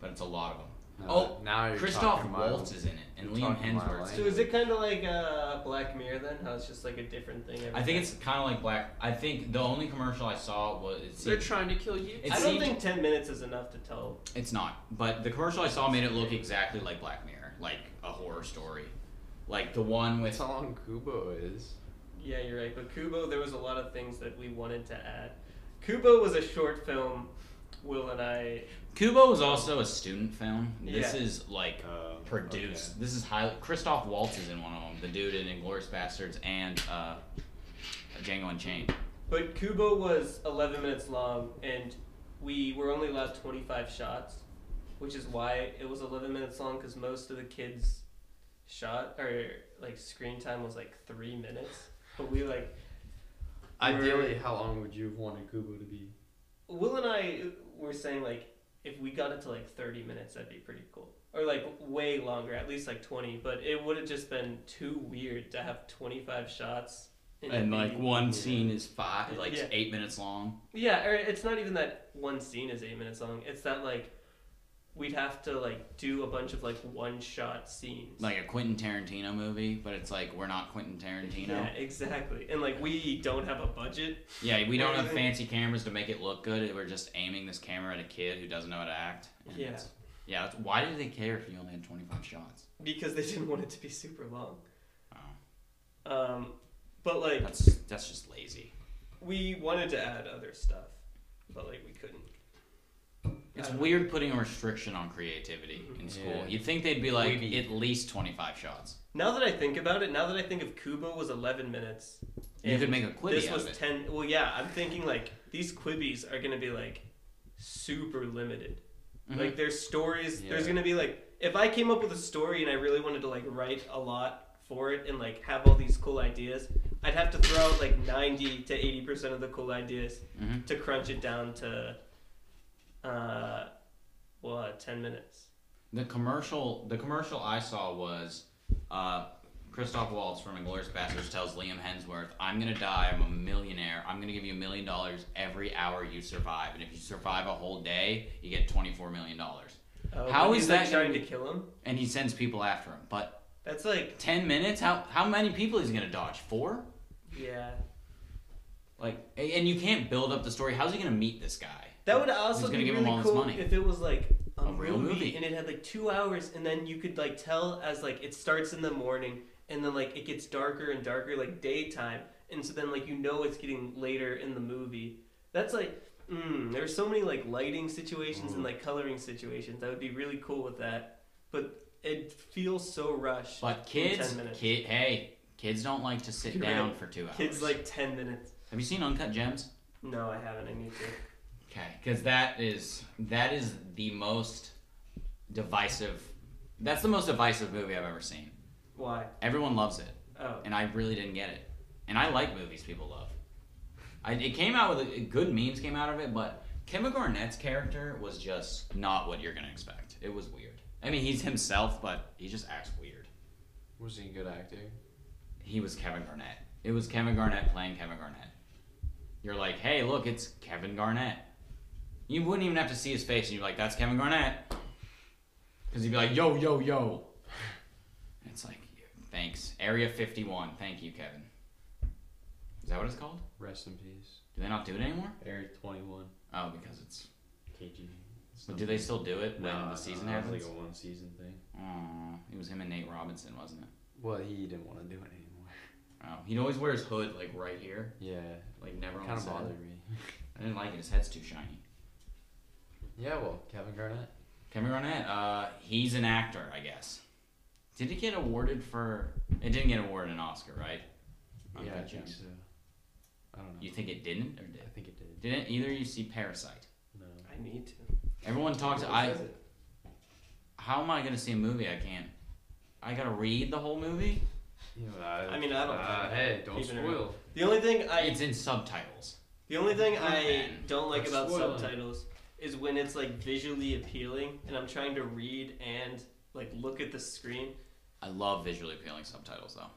but it's a lot of them.
no,
Oh,
now you're
Christoph
talking my-
Waltz is in it, and
you're
Liam
talking my
Hemsworth.
So is it kind of like uh, Black Mirror then? How it's just like a different thing. Every
I think
time?
it's kind of like Black. I think the only commercial I saw was it's,
They're trying to kill you.
it
I don't
seemed-
think ten minutes is enough to tell.
it's not, but the commercial I saw made it look exactly like Black Mirror, like a horror story, like the one
That's
with
how long Kubo is.
Yeah, you're right. But Kubo, there was a lot of things that we wanted to add. Kubo was a short film. Will and I.
Kubo was also a student film. This
Yeah.
is like
Uh,
produced. This is highly. Christoph Waltz is in one of them. The dude in Inglorious Bastards and uh, Django Unchained.
But Kubo was 11 minutes long, and we were only allowed 25 shots, which is why it was 11 minutes long. Because most of the kids' shot or like screen time was like three minutes. But we like
Ideally, how long would you have wanted Kubo to be?
Will and I were saying like if we got it to like 30 minutes that'd be pretty cool or like way longer at least like 20 but it would have just been too weird to have 25 shots in
and
the-
like one scene is five, like
Yeah.
eight minutes long.
yeah or it's not even that one scene is 8 minutes long it's that like we'd have to like do a bunch of like one shot scenes
Like a Quentin Tarantino movie, but it's like we're not Quentin Tarantino.
yeah
Yeah,
exactly and like we don't have a budget
we don't have
Everything-
fancy cameras to make it look good. We're just aiming this camera at a kid who doesn't know how to act. And
Yeah.
it's- Yeah, that's, why did they care if you only had 25 shots?
because they didn't want it to be super long
Oh,
um but like
that's that's just lazy.
we wanted to add other stuff but like we couldn't
It's
I Mm-hmm. don't-
weird putting a restriction on creativity in school.
Yeah.
You'd think they'd be like
Maybe.
at least 25 shots.
Now that I think about it, now that I think of Kubo was 11 minutes.
You could
and
make a Quibi
This
out
was
of it.
10. Well, yeah, I'm thinking like these Quibbies are going to be like super limited.
Mhm.
Like there's stories, there's
Yeah.
going to be like if I came up with a story and I really wanted to like write a lot for it and like have all these cool ideas, I'd have to throw out like 90 to 80% of the cool ideas
Mhm.
to crunch it down to uh what, 10 minutes.
The commercial, the commercial I saw was uh, Christoph Waltz from *Inglourious Basterds* tells Liam Hemsworth, "I'm gonna die. I'm a millionaire. I'm gonna give you a million dollars every hour you survive, and if you survive a whole day, you get twenty-four million dollars."
Oh,
How
but
is
he's, like,
that gonna
trying to
be-
kill him?
And he sends people after him. But
That's like
ten minutes? How how many people is he gonna dodge? Four?
yeah.
Like, a- and you can't build up the story. How's he gonna meet this guy?
That would also
Who's gonna
be
give him
really
all his
cool
money?
if it was like a,
A real movie.
and it had like two hours, and then you could like tell as like it starts in the morning, and then like it gets darker and darker, like daytime, and so then like you know it's getting later in the movie. That's like mm, there's so many like lighting situations
Mm.
and like coloring situations that would be really cool with that, but it feels so rushed.
But
in
kids,
10 minutes.
kid, hey, kids don't like to sit
You're
down
right.
for two hours.
kids like ten minutes.
have you seen *Uncut Gems*?
No, I haven't. I need to.
Okay, because that is that is the most divisive. That's the most divisive movie I've ever seen.
Why?
Everyone loves it,
Oh,
and I really didn't get it. And I like movies people love. I, it came out with a, good memes came out of it, but Kevin Garnett's character was just not what you're gonna expect. It was weird. I mean, he's himself, but he just acts weird.
Was he a good actor?
he was Kevin Garnett. It was Kevin Garnett playing Kevin Garnett. You're like, hey, look, it's Kevin Garnett. You wouldn't even have to see his face, and you're like, that's Kevin Garnett. Because he'd be like, yo, yo, yo. And It's like, thanks. Area 51. Thank you, Kevin. Is that what it's called?
Rest in peace.
Do they not do it anymore?
Area 21.
Oh, because it's.
KG.
But do they still do it when
No,
the season
no,
happens?
It's like a one season thing.
Aw, it was him and Nate Robinson, wasn't it?
Well, he didn't want to do it anymore.
Oh, he'd always wear his hood like right here,
Yeah.
like never on
Kind
his
of
head.
bothered me.
I didn't like it. His head's too shiny.
Yeah, well, Kevin Garnett.
Kevin Garnett, uh, he's an actor, I guess. Did it get awarded for? It didn't get awarded an Oscar, right? I'm
yeah, I
thinking.
think so. I don't know.
You think it didn't or did?
I think it did.
Didn't either of you see Parasite?
No.
I need to.
Everyone talks.
Who
I
says it?
how am I gonna see a movie? I can't. I gotta read the whole movie.
You know,
I mean, I don't
Uh,
care.
hey, don't
Even if-
spoil.
The only thing I
It's in subtitles.
the only thing I
Man,
don't like
that's
about
spoiling.
subtitles is when it's like visually appealing and I'm trying to read and like look at the screen.
I love visually appealing subtitles though.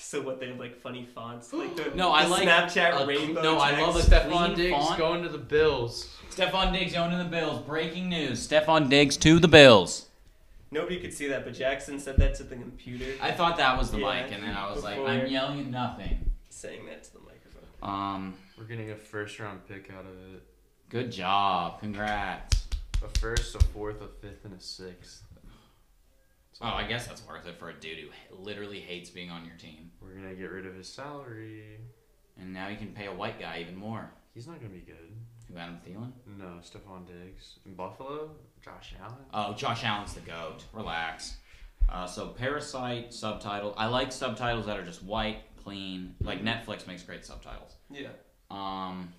So what they have like funny fonts, like the,
No, I
the
like
Snapchat
a-
rainbow.
Uh, no, I
text.
love a-
Stephon
Clean
Diggs
font.
going to the Bills.
Stephon Diggs owning the Bills. Breaking news: Stephon Diggs to the Bills.
Nobody could see that, but Jackson said that to the computer,
I thought that was the
Yeah,
mic, and then I was like,
before-
I'm yelling at nothing.
saying that to the microphone.
Um,
We're getting a first round pick out of it.
good job. Congrats.
A first, a fourth, a fifth, and a sixth. So
Oh, I guess that's worth it for a dude who literally hates being on your team.
We're gonna get rid of his salary.
And now you can pay a white guy even more.
He's not gonna be good.
Who Adam Thielen?
No, Stephon Diggs. In Buffalo, Josh Allen.
Oh, Josh Allen's the goat. Relax. Uh, so Parasite subtitle. I like subtitles that are just white, clean. Like Netflix makes great subtitles.
Yeah.
Um,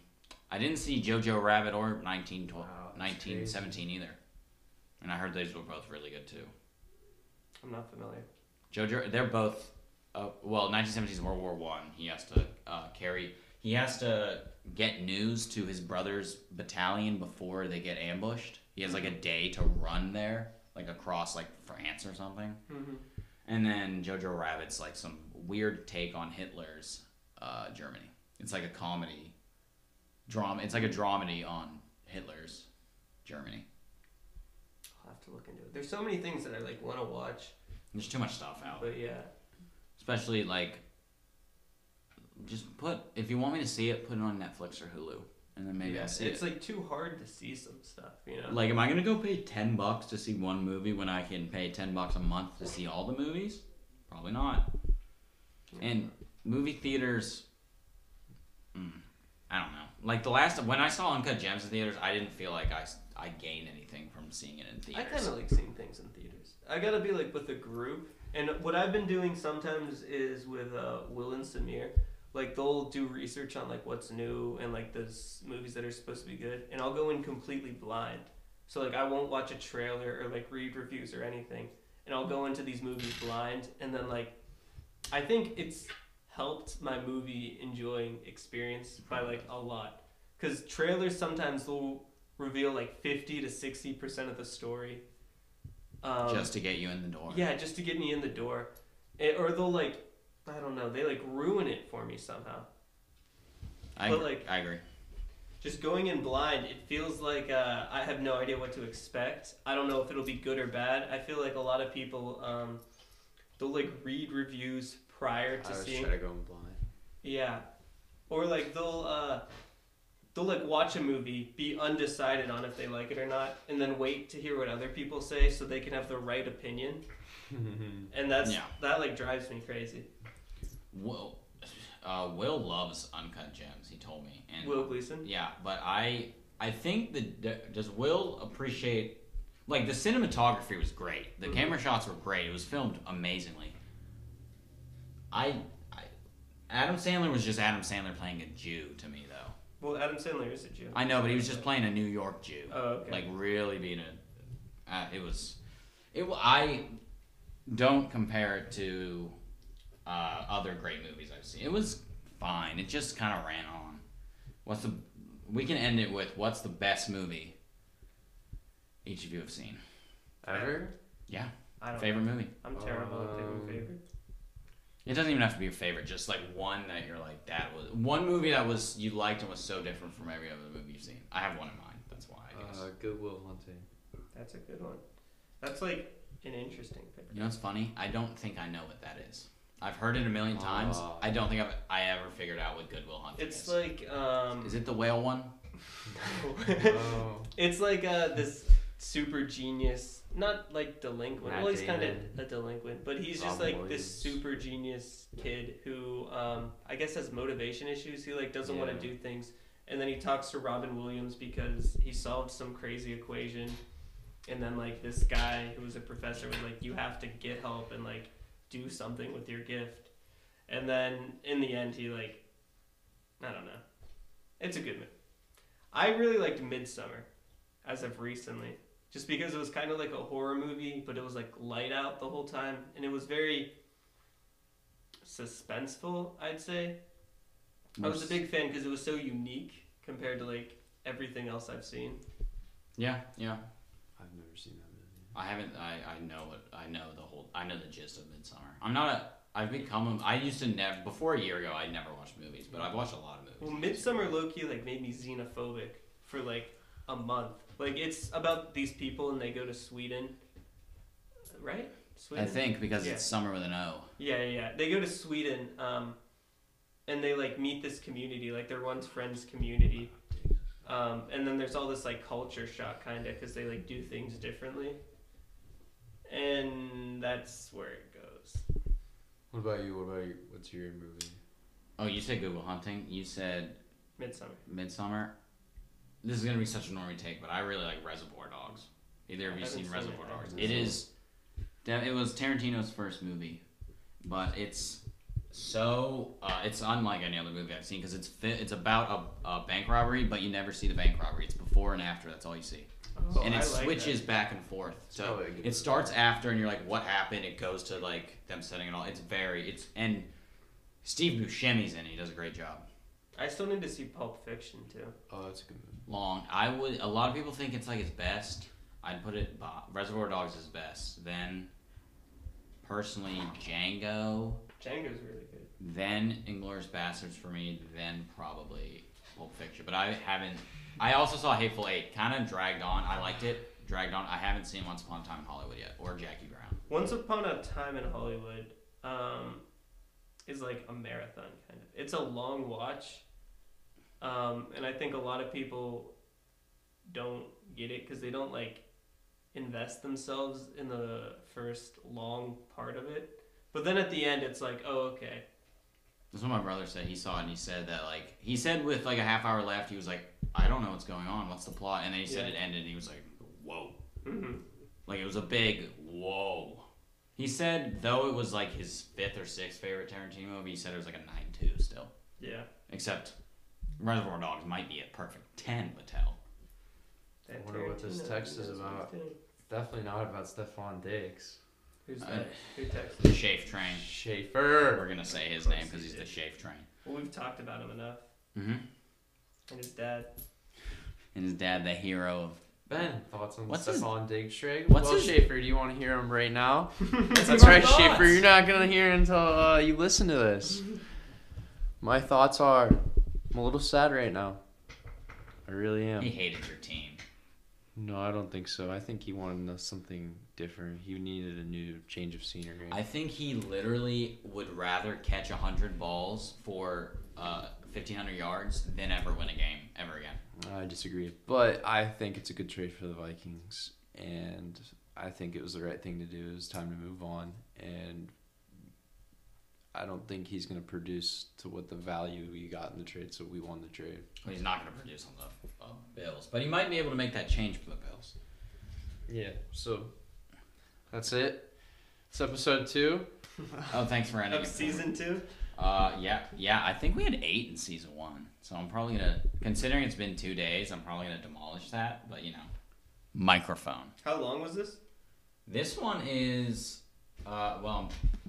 I didn't see Jojo Rabbit or 1912,
Wow, that's
1917 either. And I heard those were both really good too.
I'm not familiar.
Jojo, they're both. Uh, well, 1970s is World War One. He has to uh, carry. He has to get news to his brother's battalion before they get ambushed. He has like a day to run there, like across like France or something.
Mm-hmm.
And then Jojo Rabbit's like some weird take on Hitler's uh, Germany. It's like a comedy, drama. It's like a dramedy on Hitler's Germany.
I'll have to look into it. There's so many things that I like want to watch,
There's too much stuff out.
but yeah.
especially like just put if you want me to see it put it on netflix or hulu and then maybe
yeah,
i'll see
it's
it
like too hard to see some stuff, you know.
like, am i gonna go pay 10 bucks to see one movie when i can pay 10 bucks a month to see all the movies probably not and movie theaters mm, i don't know like the last when i saw uncut gems in theaters i didn't feel like i, s- I gained anything from seeing it in
I
theaters
kind of like seeing things in theaters. I gotta be like with a group, and what I've been doing sometimes is with uh, Will and Samir. Like they'll do research on like what's new and like those movies that are supposed to be good, and I'll go in completely blind. So like I won't watch a trailer or like read reviews or anything, and I'll go into these movies blind, and then like I think it's helped my movie enjoying experience by like a lot, because trailers sometimes will reveal like 50 to 60 percent of the story um,
just to get you in the door
yeah just to get me in the door Eh, or they'll like i don't know they like ruin it for me somehow
I,
but,
agree-
like-
I agree
just going in blind it feels like uh, i have no idea what to expect i don't know if it'll be good or bad i feel like a lot of people um, they'll like read reviews prior to
I was
seeing
trying to go in blind.
Yeah. Or like they'll uh they'll like watch a movie, be undecided on if they like it or not, and then wait to hear what other people say so they can have the right opinion. And that's
Yeah.
that like drives me crazy.
will uh, will loves uncut gems he told me and
Will Gleason.
Yeah, but I I think the does Will appreciate like the cinematography was great. The
Mhm.
camera shots were great. It was filmed amazingly. I, I Adam Sandler was just Adam Sandler playing a Jew to me though.
Well, Adam Sandler is a Jew.
I know, but he was just playing a New York Jew.
Oh, okay.
Like really being a uh, it was it wa- I don't compare it to uh, other great movies I've seen. It was fine. It just kind of ran on. What's the we can end it with what's the best movie each of you have seen?
Ever?
Yeah,
I don't.
favorite movie.
I'm terrible at picking
Um,
favorite.
It doesn't even have to be your favorite. Just like one that you're like that was one movie that was you liked and was so different from every other movie you've seen. I have one in mind. That's why I guess.
Uh, Goodwill Hunting.
That's a good one. That's like an interesting pick.
you know what's funny? I don't think I know what that is. I've heard it a million times. I don't think I've I ever figured out what Goodwill Hunting
It's
is.
like um.
is it the whale one?
Oh.
it's like uh this super genius, not like delinquent.
Matt
well, he's kind of
Damon.
a delinquent, but he's just
Robin
like
Williams.
this super genius kid who um I guess has motivation issues. He like doesn't want
Yeah.
to do things, and then he talks to Robin Williams because he solved some crazy equation, and then like this guy who was a professor was like, you have to get help and like do something with your gift, and then in the end he like, I don't know. It's a good movie. I really liked Midsummer as of recently. Just because it was kind of like a horror movie, but it was like light out the whole time, and it was very suspenseful, I'd say. I was a big fan because Oh, it was so unique compared to like everything else I've seen.
Yeah, yeah.
I've never seen that movie.
I haven't. I, I know what I know the whole. I know the gist of Midsummer. I'm not a. I've become. A, I used to never before a year ago. I never watched movies, but I've watched a lot of movies.
Well, Midsummer Loki like made me xenophobic for like a month. Like it's about these people and they go to Sweden, right?
I
Sweden.
think because
Yeah.
it's summer with an O.
Yeah, yeah, yeah. They go to Sweden, um, and they like meet this community, like their once friends community, um, and then there's all this like culture shock kind of because they like do things differently, and that's where it goes.
What about you? What about you? What's your movie?
Oh, you said Google Hunting. You said
Midsummer.
Midsummer. This is gonna be such a normie take, but I really like Reservoir Dogs. Either of
I
you
haven't
seen
seen
Reservoir
it.
Dogs? It is. that- It was Tarantino's first movie, but it's so uh, it's unlike any other movie I've seen because it's fi- it's about a, a bank robbery, but you never see the bank robbery. It's before and after. That's all you see.
Oh,
and it
I like
switches
that.
back and forth. So
probably a good
it starts after, and you're like, "What happened?" It goes to like them setting it all. It's very it's and Steve Buscemi's in. it. He does a great job.
I still need to see Pulp Fiction too.
Oh, that's a good movie.
Long. I would. A lot of people think it's like his best. I'd put it bo- Reservoir Dogs is best. Then, personally, Django.
Django's really good.
Then Inglorious Bastards for me. Then probably Pulp Fiction. But I haven't. I also saw Hateful Eight. Kind of dragged on. I liked it. Dragged on. I haven't seen Once Upon a Time in Hollywood yet, or Jackie Brown.
Once Upon a Time in Hollywood um, is like a marathon kind of. It's a long watch, um, and I think a lot of people don't get it because they don't like invest themselves in the first long part of it. But then at the end, it's like, oh okay,
That's what my brother said. He saw it and he said that like he said with like a half hour left, he was like, I don't know what's going on. What's the plot? And then he said
Yeah.
it ended and he was like, Whoa.
hmm
Like it was a big whoa. He said though it was like his fifth or sixth favorite Tarantino movie, he said it was like a nine two still.
yeah,
Except Reservoir Dogs might be a perfect ten, Mattel.
I wonder what this
Tarantino
text is
knows what
about.
he's doing.
Definitely not about Stefan Diggs.
Who's
Uh,
that? Who texted?
The Shafe Train. We're
Schaefer.
gonna say his name because he's the Shafe Train.
Well, we've talked about him enough,
hmm
and his dad.
And his dad, the hero of
Ben, thoughts on
What's his-
Stefan Diggs trade?
what's
well,
his-
Schaefer, do you want to hear him right now? That's
Your
right,
thoughts.
Schaefer. You're not gonna hear until uh, you listen to this. My thoughts are, I'm a little sad right now. I really
he
am.
hated your team.
No, I don't think so. I think he wanted something different. He needed a new change of scenery.
I think he literally would rather catch 100 balls for uh, 1,500 yards than ever win a game ever again.
I disagree, but I think it's a good trade for the Vikings, and I think it was the right thing to do. It was time to move on, and I don't think he's going to produce to what the value we got in the trade, so we won the trade.
Well, he's not going to produce on the uh, Bills, but he might be able to make that change for the Bills.
Yeah. So that's it. It's episode two.
Oh, thanks for ending
Of
it.
season two.
Uh, yeah, yeah. I think we had eight in season one, so I'm probably gonna, considering it's been two days, I'm probably gonna demolish that. But you know, microphone.
How long was this?
This one is, uh, well,